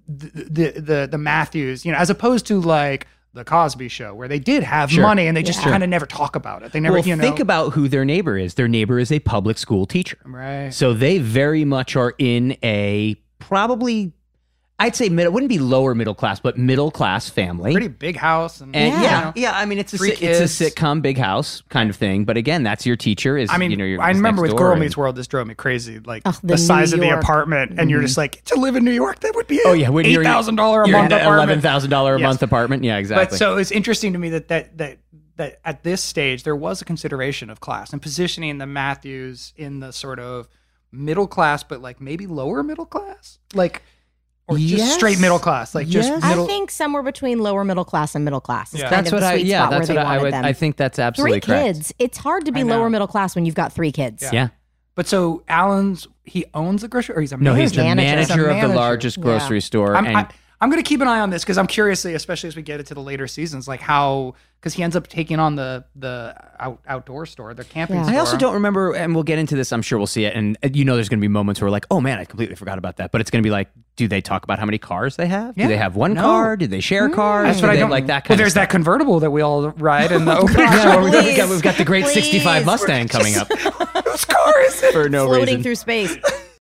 the the the, the Matthews, you know, as opposed to like the Cosby show where they did have money and they just kind of never talk about it. They never well, you know think about who their neighbor is. Their neighbor is a public school teacher. right. So they very much are in a probably, I'd say middle, wouldn't be lower middle class, but middle class family. Pretty big house and, and you yeah. know. yeah, I mean it's a Three si- it's a kids. sitcom big house kind of thing, but again, that's your teacher. Is I mean, you know, your, I is remember next with door Girl and- Meets World, this drove me crazy. Like Ugh, the, Oh, the size New of the York. Mm-hmm. apartment, and you're just like, to live in New York, that would be Oh yeah, when eight you're in- thousand dollar a you're in month the eleven apartment. thousand dollar a Yes. month apartment. Yeah, But exactly. so uh, it's interesting to me that that that that at this stage there was a consideration of class and positioning the Matthews in the sort of middle class, but like maybe lower middle class, like or Yes. just straight middle class, like Yes. just I middle. think somewhere between lower middle class and middle class is Yeah. kind that's of what the I sweet yeah, spot that's where what they I wanted would them. I think that's absolutely Three correct. kids. It's hard to be I lower know. middle class when you've got three kids. Yeah. but so Alan's he owns the grocery, or he's a No, he's manager. the Manager. manager, He's a of the manager. largest Yeah. grocery store I'm, and I, I'm going to keep an eye on this because I'm curiously, especially as we get into the later seasons, like how because he ends up taking on the the out, outdoor store, their camping. Yeah. Store. I also don't remember, and we'll get into this. I'm sure we'll see it, and uh, you know, there's going to be moments where we're like, "Oh man, I completely forgot about that." But it's going to be like, do they talk about how many cars they have? Do Yeah. they have one No. Mm. car? Do they share cars? That's what Do I they don't like that. Well, Kind there's of that convertible that we all ride in the open. Yeah, well, we've, Please. got, we've got the great Please. 65 Mustang coming up Whose car is it? for no Floating reason. through space.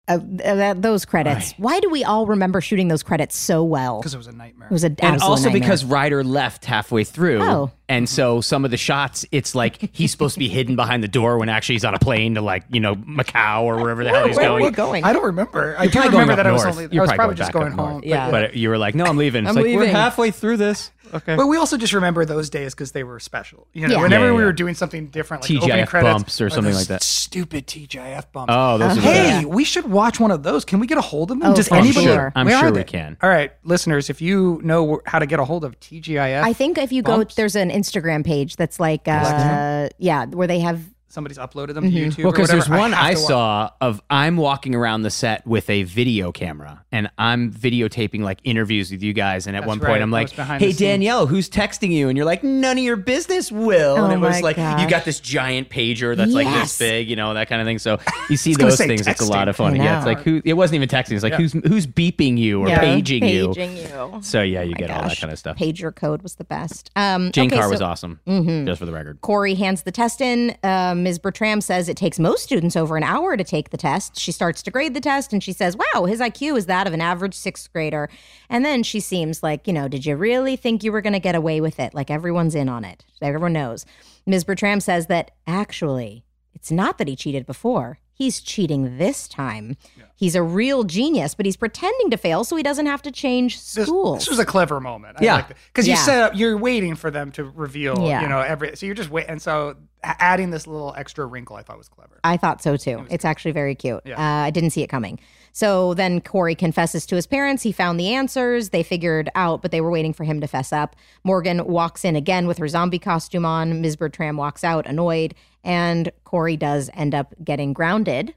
Uh, th- that, those credits. Why do we all remember shooting those credits so well? Because It it was a nightmare. was an and absolute also nightmare. because Ryder left halfway through, Oh. and so some of the shots, it's like he's supposed to be hidden behind the door when actually he's on a plane to like you know Macau or wherever the hell he's where going. were you going? I don't remember. I do probably remember going up that I was north. only. You're I was probably probably going just back up going north. home. Yeah. But you were like, "No, I'm leaving." It's I'm like we're leaving. halfway through this. Okay. But we also just remember those days because they were special. You know, Yeah. whenever Yeah, yeah, we yeah. were doing something different, like the TGIF opening credits, bumps or something those like that. Stupid TGIF bumps. Oh, those are the best. Hey, we should watch one of those. Can we get a hold of them? Oh, Does for anybody? sure. I'm Where sure are we they? can. All right, listeners, if you know wh- how to get a hold of TGIF, I think if you go, Bumps? there's an Instagram page that's like, uh, yeah, where they have. somebody's uploaded them to Mm-hmm. YouTube. Well, because because there's one I, saw of I'm walking around the set with a video camera and I'm videotaping like interviews with you guys. And at one point, right. I'm That like, was behind "Hey the scenes." Danielle, who's texting you?" And you're like, "None of your business, Will." and Oh it was my like you gosh. got this giant pager that's like Yes. this big, you know, that kind of thing. So you see gonna those say things. It's a lot texting. of fun. I Yeah, it's know. like who? It wasn't even texting. It's like who's who's beeping you or paging, you. Paging you. So yeah, Oh you My get all that gosh. kind of stuff. Pager code was the best. Um, Jane okay, Carr so was awesome, Mm-hmm. just for the record. Corey hands the test in. Uh, Ms. Bertram says it takes most students over an hour to take the test. She starts to grade the test and she says, Wow, his IQ is that of an average sixth grader. And then she seems like, you know, did you really think you were going to get away with it? Like everyone's in on it, everyone knows. Ms. Bertram says that actually, it's not that he cheated before. He's cheating this time. He's a real genius, but he's pretending to fail so he doesn't have to change This, school. this was a clever moment. Yeah. because Yeah. you set up, you're waiting for them to reveal. Yeah. you know every. So you're just waiting. And so a- adding this little extra wrinkle, I thought was clever. I thought so too. It's actually very cute. Yeah. Uh, I didn't see it coming. So then Corey confesses to his parents. He found the answers. They figured out, but they were waiting for him to fess up. Morgan walks in again with her zombie costume on. Ms. Bertram walks out annoyed, and Corey does end up getting grounded,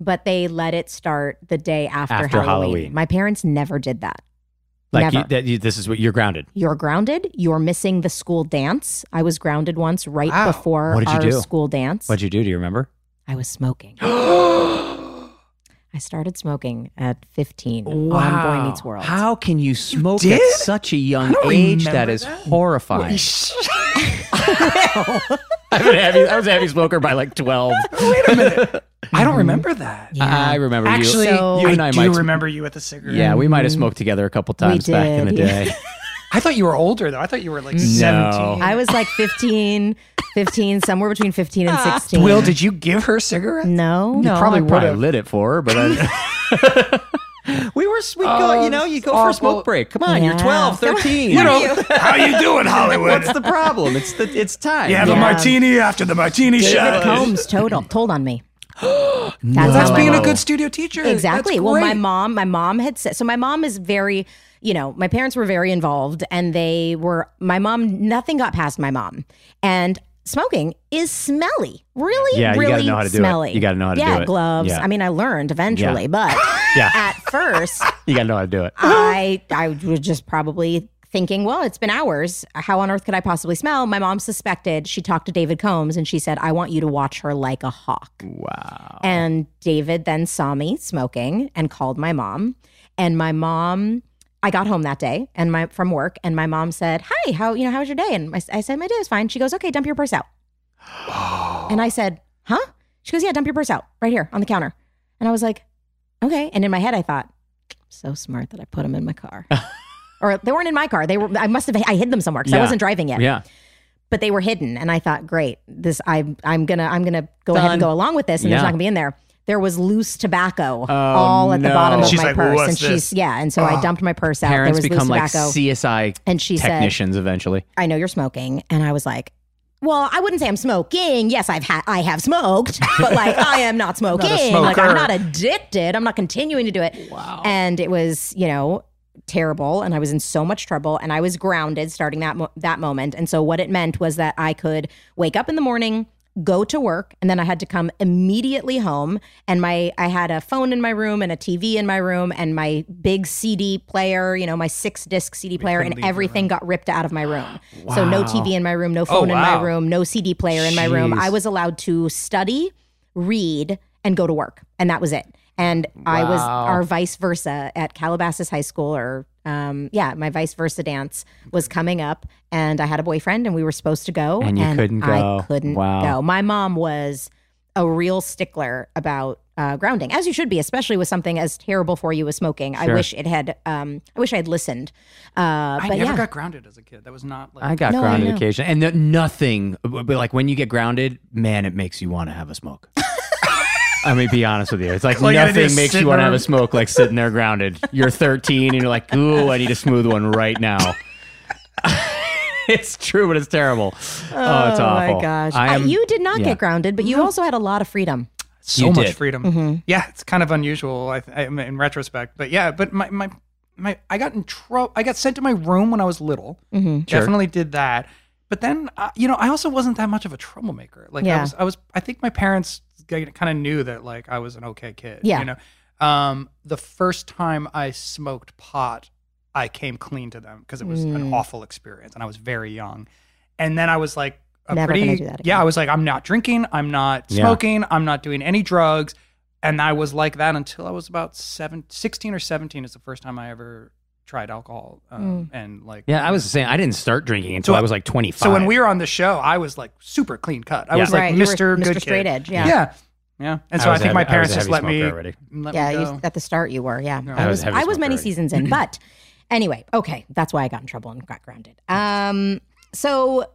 but they let it start the day after, After Halloween. Halloween. My parents never did that. Like you, Never. that, you, this is what you're grounded. You're grounded. You're missing the school dance. I was grounded once right Wow. before What did you our do? school dance. What'd you do? Do you remember? I was smoking. I started smoking at 15 on Boy Meets World. How can you smoke at did? such a young don't age? remember That is that. horrifying. Wait I'm a heavy, I was a heavy smoker by like 12. a minute. I don't remember that. I remember you. Actually, So- you and I, I, might. do remember you at the cigarette. yeah, we might have smoked together a couple times back in the did, yeah. day. I thought you were older though. I thought you were like seventeen. I was like 15, 15, somewhere between 15 and 16. Ah. Will, did you give her a cigarette? no, no. Probably, would've. probably lit it for her, but I, we were we go, Oh, you know, you go for a awful. smoke break. Come on, you're Oh, Yeah. 12, 13. You know, How you doing, Hollywood? what's the problem? It's the it's time. You have Yeah. a martini after the martini David shot. Combs told, told on me. That's, That's how my being a mom- good studio teacher. That's Exactly. Well, my great. mom, my mom had said so. My mom is very, you know, my parents were very involved, and they were. My mom, nothing got past my mom, and smoking is smelly. Really, Yeah, you gotta really know how to do it. smelly. You gotta know how to yeah, do it. gloves. Yeah. I mean, I learned eventually, Yeah. but Yeah. at first, You gotta know how to do it. I I was just probably thinking, well, it's been hours. How on earth could I possibly smell? My mom suspected. She talked to David Combs, and she said, "I want you to watch her like a hawk." Wow. And David then saw me smoking and called my mom. And my mom, I got home that day and my from work, and my mom said, "Hi, how you know how was your day?" And I, I said, "My day was fine." She goes, "Okay, dump your purse out." and I said, "Huh?" She goes, "Yeah, dump your purse out right here on the counter." And I was like, "Okay." And in my head, I thought, "So smart that I put them in my car." Or they weren't in my car. They were. I must have. I hid them somewhere because Yeah. I wasn't driving yet Yeah. but they were hidden and i thought great this i i'm gonna i'm gonna go ahead and Done. go along with this and Yeah. Oh, there's not gonna be in there there was loose tobacco all at the bottom no. of She's my like, purse "What's and she's this?" yeah and so i dumped my purse out there Parents was become like loose tobacco CSI and she said technicians eventually. i know you're smoking and i was like well, I wouldn't say I'm smoking. Yes, I've had I have smoked, but like I am not smoking. like smoker. I'm not addicted. I'm not continuing to do it. Wow. And it was, you know, terrible and I was in so much trouble and I was grounded starting that mo- that moment. And so what it meant was that I could wake up in the morning, go to work, and then I had to come immediately home and my I had a phone in my room and a TV in my room and my big CD player, you know, my 6 disc CD player and everything got ripped out of my room. So no TV in my room, no phone in wow. my room, no CD player in my room. I was allowed to study, read, and go to work, and that was it. And I was our vice versa at Calabasas High School, or um, yeah, my vice versa dance was coming up, and I had a boyfriend, and we were supposed to go, And you couldn't go. I couldn't Wow. go. My mom was a real stickler about uh, grounding, as you should be, especially with something as terrible for you as smoking. I wish it had. Um, I wish I had listened. Uh, I but never yeah. got grounded as a kid. That was not like I got No, I grounded know. occasionally, and th- nothing. But like when you get grounded, man, it makes you want to have a smoke. I mean, be honest with you. It's like All you gotta do nothing is makes sit you want to there. have a smoke like sitting there grounded. You're 13 and you're like, ooh, I need a smooth one right now. it's true, but it's terrible. Oh, it's awful. my gosh. I am, you did not yeah. get grounded, but you also had a lot of freedom. Mm-hmm, so You much did. freedom. Yeah, it's kind of unusual I, th- I, in retrospect, but yeah, but my my my I got in trouble. I got sent to my room when I was little. mm-hmm. Definitely did that. But then uh, you know, I also wasn't that much of a troublemaker. Like I Yeah. was, I was. I think my parents kind of knew that like I was an okay kid. Yeah. You know, um, the first time I smoked pot, I came clean to them because it was Mm. an awful experience, and I was very young. And then I was like, a Never pretty, gonna do that again. yeah, I was like, I'm not drinking, I'm not Yeah. smoking, I'm not doing any drugs. And I was like that until I was about seven, 16 or 17 is the first time I ever tried alcohol. Mm. Um, And like, Yeah, I was saying I didn't start drinking until So- I was like 25. so when we were on the show, I was like super clean cut. I Yeah. was like Right, you were Mr. Mr. Good Straight Kid. Edge, yeah. Yeah. Yeah. And so I I, was think a- I my was a parents just heavy let me, smoker already. let Yeah, me you, go. at the start you were. Yeah, I I was was. heavy I was smoker many already. seasons in, but anyway, okay, that's why I got in trouble and got grounded. Um, so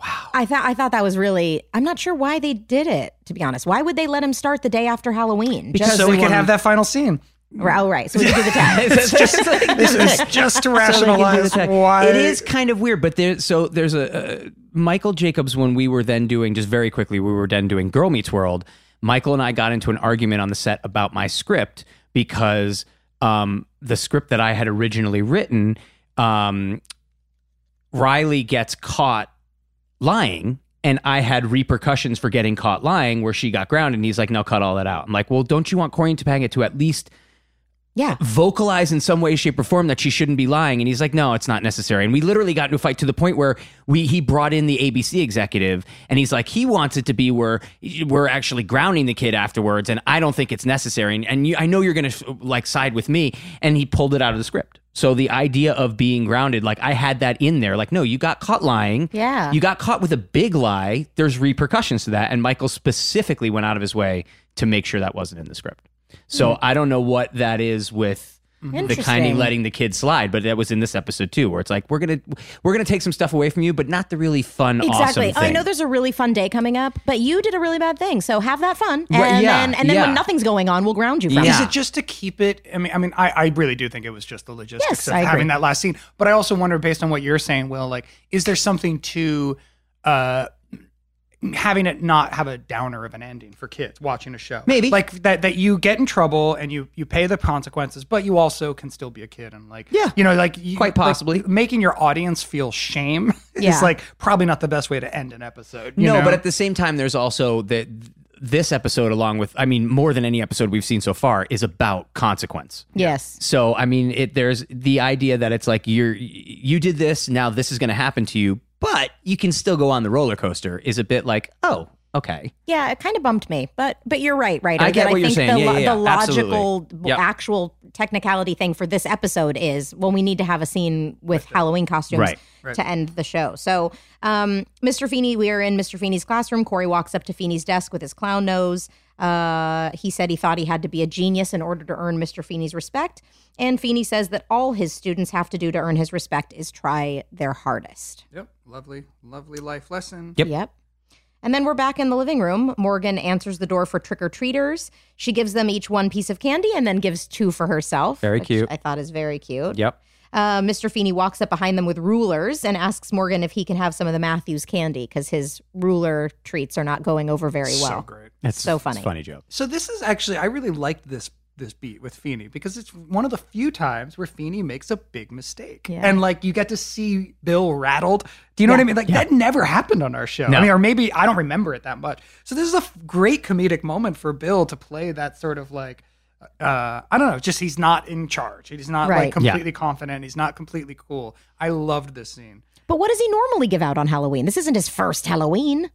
wow, I thought I thought that was really. I'm not sure why they did it. To be honest, why would they let him start the day after Halloween? Just so we could have that final scene. Right, oh, right. So we could do the tag. it's just like, This is just to So they can do the rationalize tech. why it is kind of weird. But there, so there's a uh, Michael Jacobs when we were then doing just very quickly. We were then doing Girl Meets World. Michael and I got into an argument on the set about my script because um, the script that I had originally written, um, Riley gets caught lying. And I had repercussions for getting caught lying where she got grounded. And he's like, no, cut all that out. I'm like, well, don't you want Corey and Topanga to at least Yeah. vocalize in some way, shape, or form that she shouldn't be lying. And he's like, no, it's not necessary. And we literally got into a fight to the point where we he brought in the ABC executive, and he's like, he wants it to be where we're actually grounding the kid afterwards, and I don't think it's necessary. And, and you, I know you're gonna like side with me. And he pulled it out of the script. So the idea of being grounded, like I had that in there, like no, you got caught lying. Yeah. you got caught with a big lie. There's repercussions to that, and Michael specifically went out of his way to make sure that wasn't in the script. So I don't know what that is with the kind Interesting. of letting the kid slide, but that was in this episode too, where it's like we're gonna we're gonna take some stuff away from you, but not the really fun, Exactly. Oh, awesome I thing. know there's a really fun day coming up, but you did a really bad thing. So have that fun. And Right, yeah, then and then when yeah. nothing's going on, we'll ground you from Yeah. it. Is it just to keep it? I mean, I mean, I, I really do think it was just the logistics Yes, of I agree. having that last scene. But I also wonder, based on what you're saying, Will, like, is there something to uh, having it not have a downer of an ending for kids watching a show? Maybe. like that that you get in trouble and you you pay the consequences, but you also can still be a kid and like, Yeah. you know, like you, Quite like, possibly. making your audience feel shame Yeah. is like probably not the best way to end an episode. you no, know? but at the same time, there's also that this episode, along with I mean, more than any episode we've seen so far, is about consequence. Yes. So I mean, it there's the idea that it's like you're you did this, now this is going to happen to you, but you can still go on the roller coaster. Is a bit like oh okay, Yeah, it kind of bumped me, but but you're right, right? I get what you're saying. The, Yeah, lo- yeah, the yeah. Absolutely. logical, Yep. actual technicality thing for this episode is when we need to have a scene with Halloween costumes Right. to end the show. So, um, Mr. Feeney, we are in Mr. Feeney's classroom. Corey walks up to Feeney's desk with his clown nose. Uh, he said he thought he had to be a genius in order to earn Mr. Feeney's respect, and Feeney says that all his students have to do to earn his respect is try their hardest. yep, lovely, lovely life lesson. Yep. Yep. And then we're back in the living room. Morgan answers the door for trick or treaters. She gives them each one piece of candy and then gives two for herself. Very which cute. I thought is very cute. yep. Uh, Mr. Feeney walks up behind them with rulers and asks Morgan if he can have some of the Matthews candy because his ruler treats are not going over very well. So great. That's So it's a funny. funny joke. So this is actually I really liked this this beat with Feeney because it's one of the few times where Feeney makes a big mistake. Yeah. And like you get to see Bill rattled. Do you know what I mean? Like that never happened on our show. I No. mean, or maybe I don't remember it that much. So this is a f- great comedic moment for Bill to play that sort of like uh, I don't know, just he's not in charge. He's not Right. like Yeah. completely confident. He's not completely cool. I loved this scene. But what does he normally give out on Halloween? This isn't his first Halloween.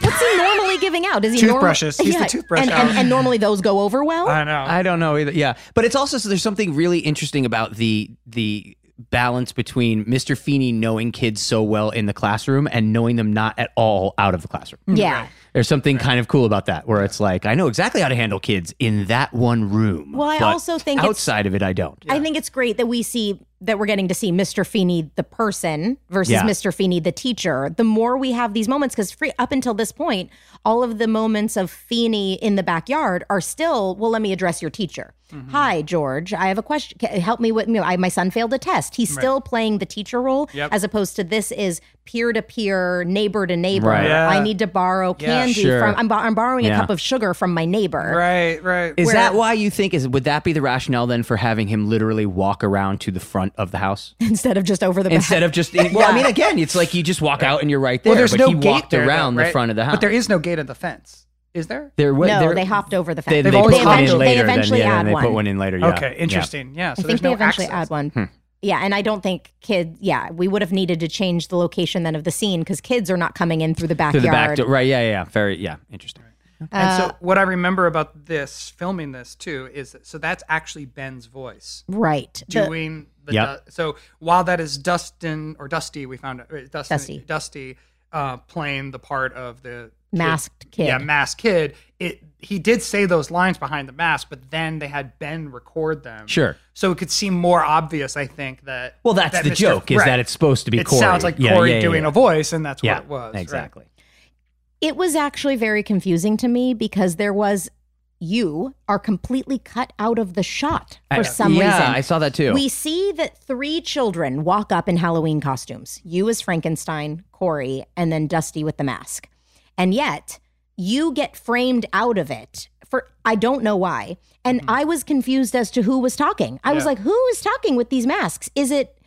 What's he normally giving out? Is he norm- Toothbrushes. He's the toothbrush and, and, hour. and normally those go over well. I know. I don't know either. Yeah, but it's also so there's something really interesting about the the balance between Mr. Feeney knowing kids so well in the classroom and knowing them not at all out of the classroom. Mm-hmm. yeah. There's something kind of cool about that, where it's like I know exactly how to handle kids in that one room. Well, I but also think it's- outside of it, I don't. I think it's great that we see that we're getting to see Mr. Feeney the person versus Yeah. Mr. Feeney the teacher. The more we have these moments, because up until this point, all of the moments of Feeney in the backyard are still, well, let me address your teacher. Mm-hmm. Hi, George. I have a question. Ca- Help me with me. I, my son failed a test. He's still playing the teacher role, as opposed to this is peer to peer, neighbor to neighbor. Right. Yeah. I need to borrow candy sure. from. I'm, bo- I'm borrowing a Yeah. cup of sugar from my neighbor. Right, right. Is that why you think is would that be the rationale then for having him literally walk around to the front of the house Instead of just over the back. instead of just well I mean again it's like you just walk out and you're right there well, there's but no he gate walked there, though, around the right? front of the house But there is no gate at the fence. Is there? there, wa- no, there- they hopped over the fence. they, They've they always put hopped one in over. They later eventually then, yeah, add then they one. put one in later yeah Okay, interesting. Yeah. So I there's think they no eventually access. add one. Hmm. Yeah, and I don't think kid. Yeah, we would have needed to change the location then of the scene because kids are not coming in through the yeah. backyard. through the back door right yeah yeah, yeah very yeah interesting And uh, so what I remember about this filming this too is that, so that's actually Ben's voice Right. The- doing the Yep. du- so while that is Dustin or Dusty we found out uh, Dustin, Dusty. Dusty uh, playing the part of the kid- Masked kid. yeah masked kid it he did say those lines behind the mask but then they had Ben record them Sure. so it could seem more obvious I think that well that's that the Mr. joke is Right. that it's supposed to be it Corey sounds like Yeah, Corey yeah, yeah, doing yeah. a voice and that's yeah what it was right. exactly it was actually very confusing to me because there was you are completely cut out of the shot for I- some yeah, reason. I saw that too We see that three children walk up in Halloween costumes you as Frankenstein, Corey, and then Dusty with the mask. And yet, you get framed out of it for I don't know why. And Mm-hmm. I was confused as to who was talking. I was like, who is talking with these masks? Is it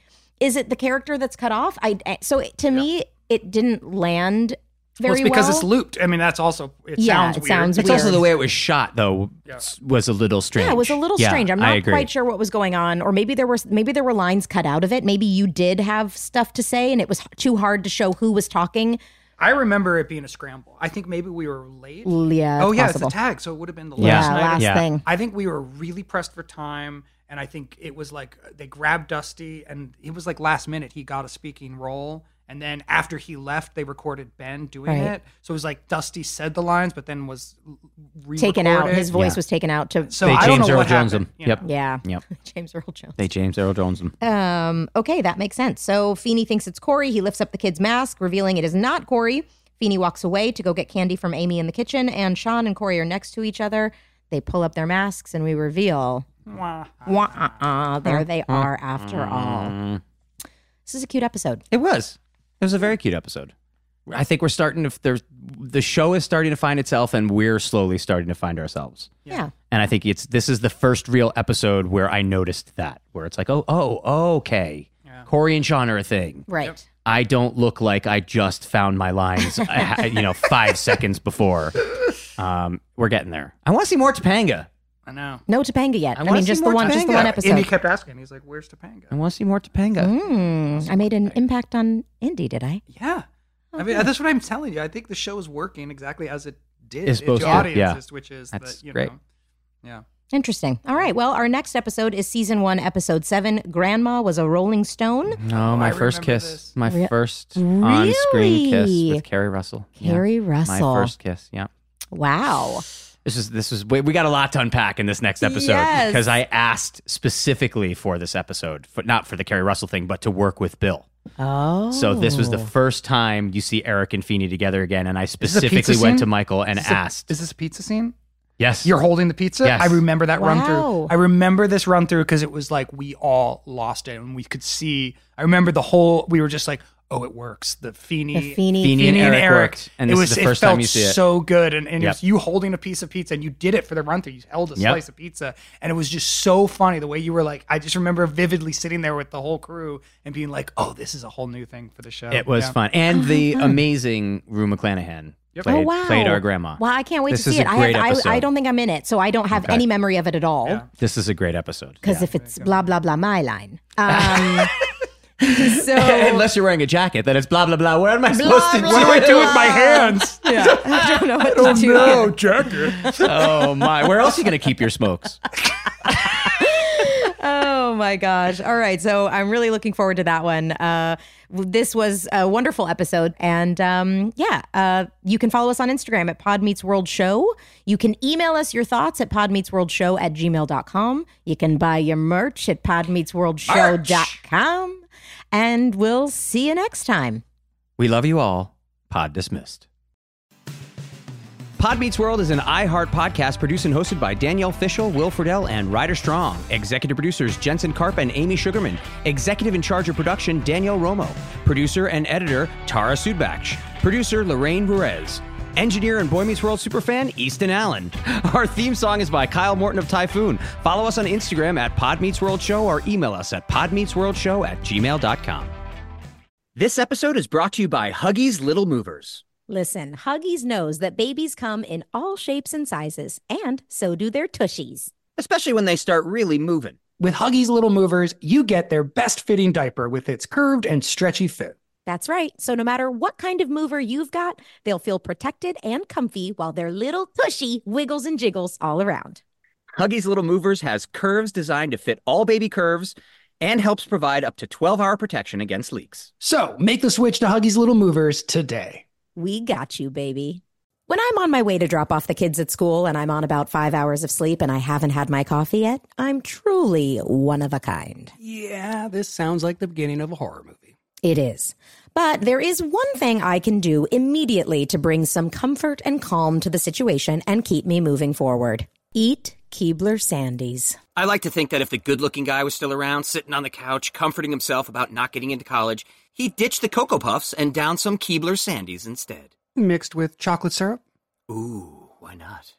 is it the character that's cut off? I I- so it, to me it didn't land very it's because well. it's looped. I mean, that's also it Yeah, sounds it weird. sounds It's weird. also the way it was shot, though, s- was a little strange. yeah, it was a little Yeah, strange. I'm I not agree. quite sure what was going on, or maybe there were maybe there were lines cut out of it. Maybe you did have stuff to say, and it was h- too hard to show who was talking. I remember it being a scramble. I think maybe we were late. L- yeah, oh it's yeah, possible. it's a tag, so it would have been the Yeah. last yeah, night. last Yeah. thing. I think we were really pressed for time, and I think it was like they grabbed Dusty, and it was like last minute he got a speaking role, and then after he left, they recorded Ben doing Right. it. So it was like Dusty said the lines, but then was re- Taken out. His voice Yeah. was taken out to. So they I don't James know Earl what Jones happened. him. you Yep. know. yeah, Yep. James Earl Jones. They James Earl Jones him. Um, okay, that makes sense. So Feeney thinks it's Corey. He lifts up the kid's mask, revealing it is not Corey. Feeney walks away to go get candy from Amy in the kitchen, and Sean and Corey are next to each other. They pull up their masks, and we reveal Mwah. Wah, uh, uh, there they are after Mm. all. This is a cute episode. It was. It was a very cute episode. I think we're starting to there's the show is starting to find itself and we're slowly starting to find ourselves. Yeah. And I think it's this is the first real episode where I noticed that where it's like, "Oh, oh, okay. Corey and Sean are a thing. Right. I don't look like I just found my lines, uh, you know, 5 seconds before." Um, we're getting there. I want to see more Topanga. I know. No Topanga yet. I I, wanna mean, see just the more one, just the one Topanga. Yeah, And he episode. kept asking. He's like, "Where's Topanga?" I want to see more Topanga. Mm, I made an impact on Indy, did I? Yeah. Oh, I mean, that's what I'm telling you. I think the show is working exactly as it did It's supposed to to, yeah. audiences, which is That's that, you great. know. Yeah. Interesting. All right. Well, our next episode is season one, episode seven. Grandma was a Rolling Stone. No, Oh, my I first remember kiss. this. My Re- first on-screen kiss Really? with Carrie Russell. Yeah. Carrie My Russell. first kiss. Yeah. Wow. This is this is we, we got a lot to unpack in this next episode Yes. because I asked specifically for this episode, for, not for the Carrie Russell thing, but to work with Bill. Oh. So this was the first time you see Eric and Feeney together again, and I this a pizza specifically went to scene? Michael and Is it- asked, Is this a pizza scene? "Yes, You're holding the pizza. Yes. I remember that run Wow. through. I remember this run through because it was like we all lost it and we could see. I remember the whole. We were just like, oh, it works. The Feeney, The Feeney- Feeney Feeney and and, Eric Eric. worked, and this is the first it felt time you see it. So good, and, and Yep. it was you holding a piece of pizza, and you did it for the run through. You held a Yep. slice of pizza, and it was just so funny the way you were like. I just remember vividly sitting there with the whole crew and being like, oh, this is a whole new thing for the show. it was Yeah. Oh, fun." And the amazing Rue McClanahan played, oh wow. played our grandma. Wow, I can't wait This to is see a it. I, great have, episode. I, I don't think I'm in it, so I don't have any memory of it at all. This is a great episode. Because Yeah. if it's blah blah blah, my line. Um, so Unless you're wearing a jacket, then it's blah blah blah. What am I supposed to do? blah, What do I do blah. with my hands? yeah, I don't know what to do. No, Jacker. oh my! Where else are you gonna keep your smokes? Oh my gosh. All right. So I'm really looking forward to that one. Uh, this was a wonderful episode. And um, yeah, uh, you can follow us on Instagram at Pod Meets World Show. You can email us your thoughts at podmeetsworldshow at gmail.com. You can buy your merch at podmeetsworldshow.com. And we'll see you next time. We love you all. Pod dismissed. Pod Meets World is an iHeart podcast produced and hosted by Danielle Fishel, Will Friedle, and Ryder Strong. Executive producers Jensen Karp and Amy Sugarman. Executive in charge of production Danielle Romo. Producer and editor Tara Sudbach. Producer Lorraine Ruiz. Engineer and Boy Meets World superfan Easton Allen. Our theme song is by Kyle Morton of Typhoon. Follow us on Instagram at Pod Meets World Show or email us at podmeetsworldshow at gmail.com. This episode is brought to you by Huggies Little Movers. Listen, Huggies knows that babies come in all shapes and sizes, and so do their tushies. especially when they start really moving. With Huggies Little Movers, you get their best fitting diaper with its curved and stretchy fit. That's right. So no matter what kind of mover you've got, they'll feel protected and comfy while their little tushy wiggles and jiggles all around. Huggies Little Movers has curves designed to fit all baby curves and helps provide up to 12 hour protection against leaks. So make the switch to Huggies Little Movers today. We got you, baby. When I'm on my way to drop off the kids at school and I'm on about five hours of sleep and I haven't had my coffee yet, I'm truly one of a kind. Yeah, this sounds like the beginning of a horror movie. It is. But there is one thing I can do immediately to bring some comfort and calm to the situation and keep me moving forward. Eat Keebler Sandies. I like to think that if the good looking guy was still around, sitting on the couch, comforting himself about not getting into college, he'd ditch the Cocoa Puffs and down some Keebler Sandies instead. Mixed with chocolate syrup? Ooh, why not?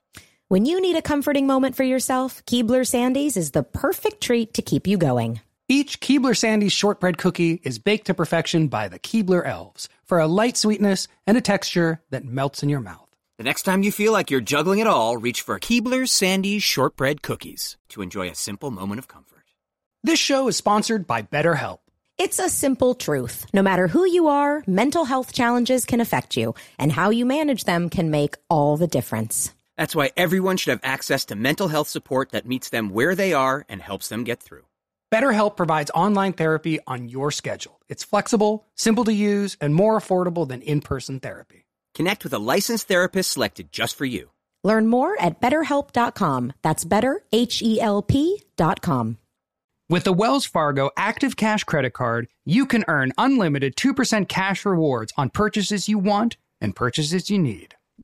When you need a comforting moment for yourself, Keebler Sandies is the perfect treat to keep you going. Each Keebler Sandy's shortbread cookie is baked to perfection by the Keebler elves for a light sweetness and a texture that melts in your mouth. The next time you feel like you're juggling it all, reach for Keebler Sandy's shortbread cookies to enjoy a simple moment of comfort. This show is sponsored by BetterHelp. It's a simple truth. No matter who you are, mental health challenges can affect you, and how you manage them can make all the difference. That's why everyone should have access to mental health support that meets them where they are and helps them get through. BetterHelp provides online therapy on your schedule. It's flexible, simple to use, and more affordable than in person therapy. Connect with a licensed therapist selected just for you. Learn more at betterhelp.com. That's better, H E L P.com. With the Wells Fargo Active Cash Credit Card, you can earn unlimited 2% cash rewards on purchases you want and purchases you need.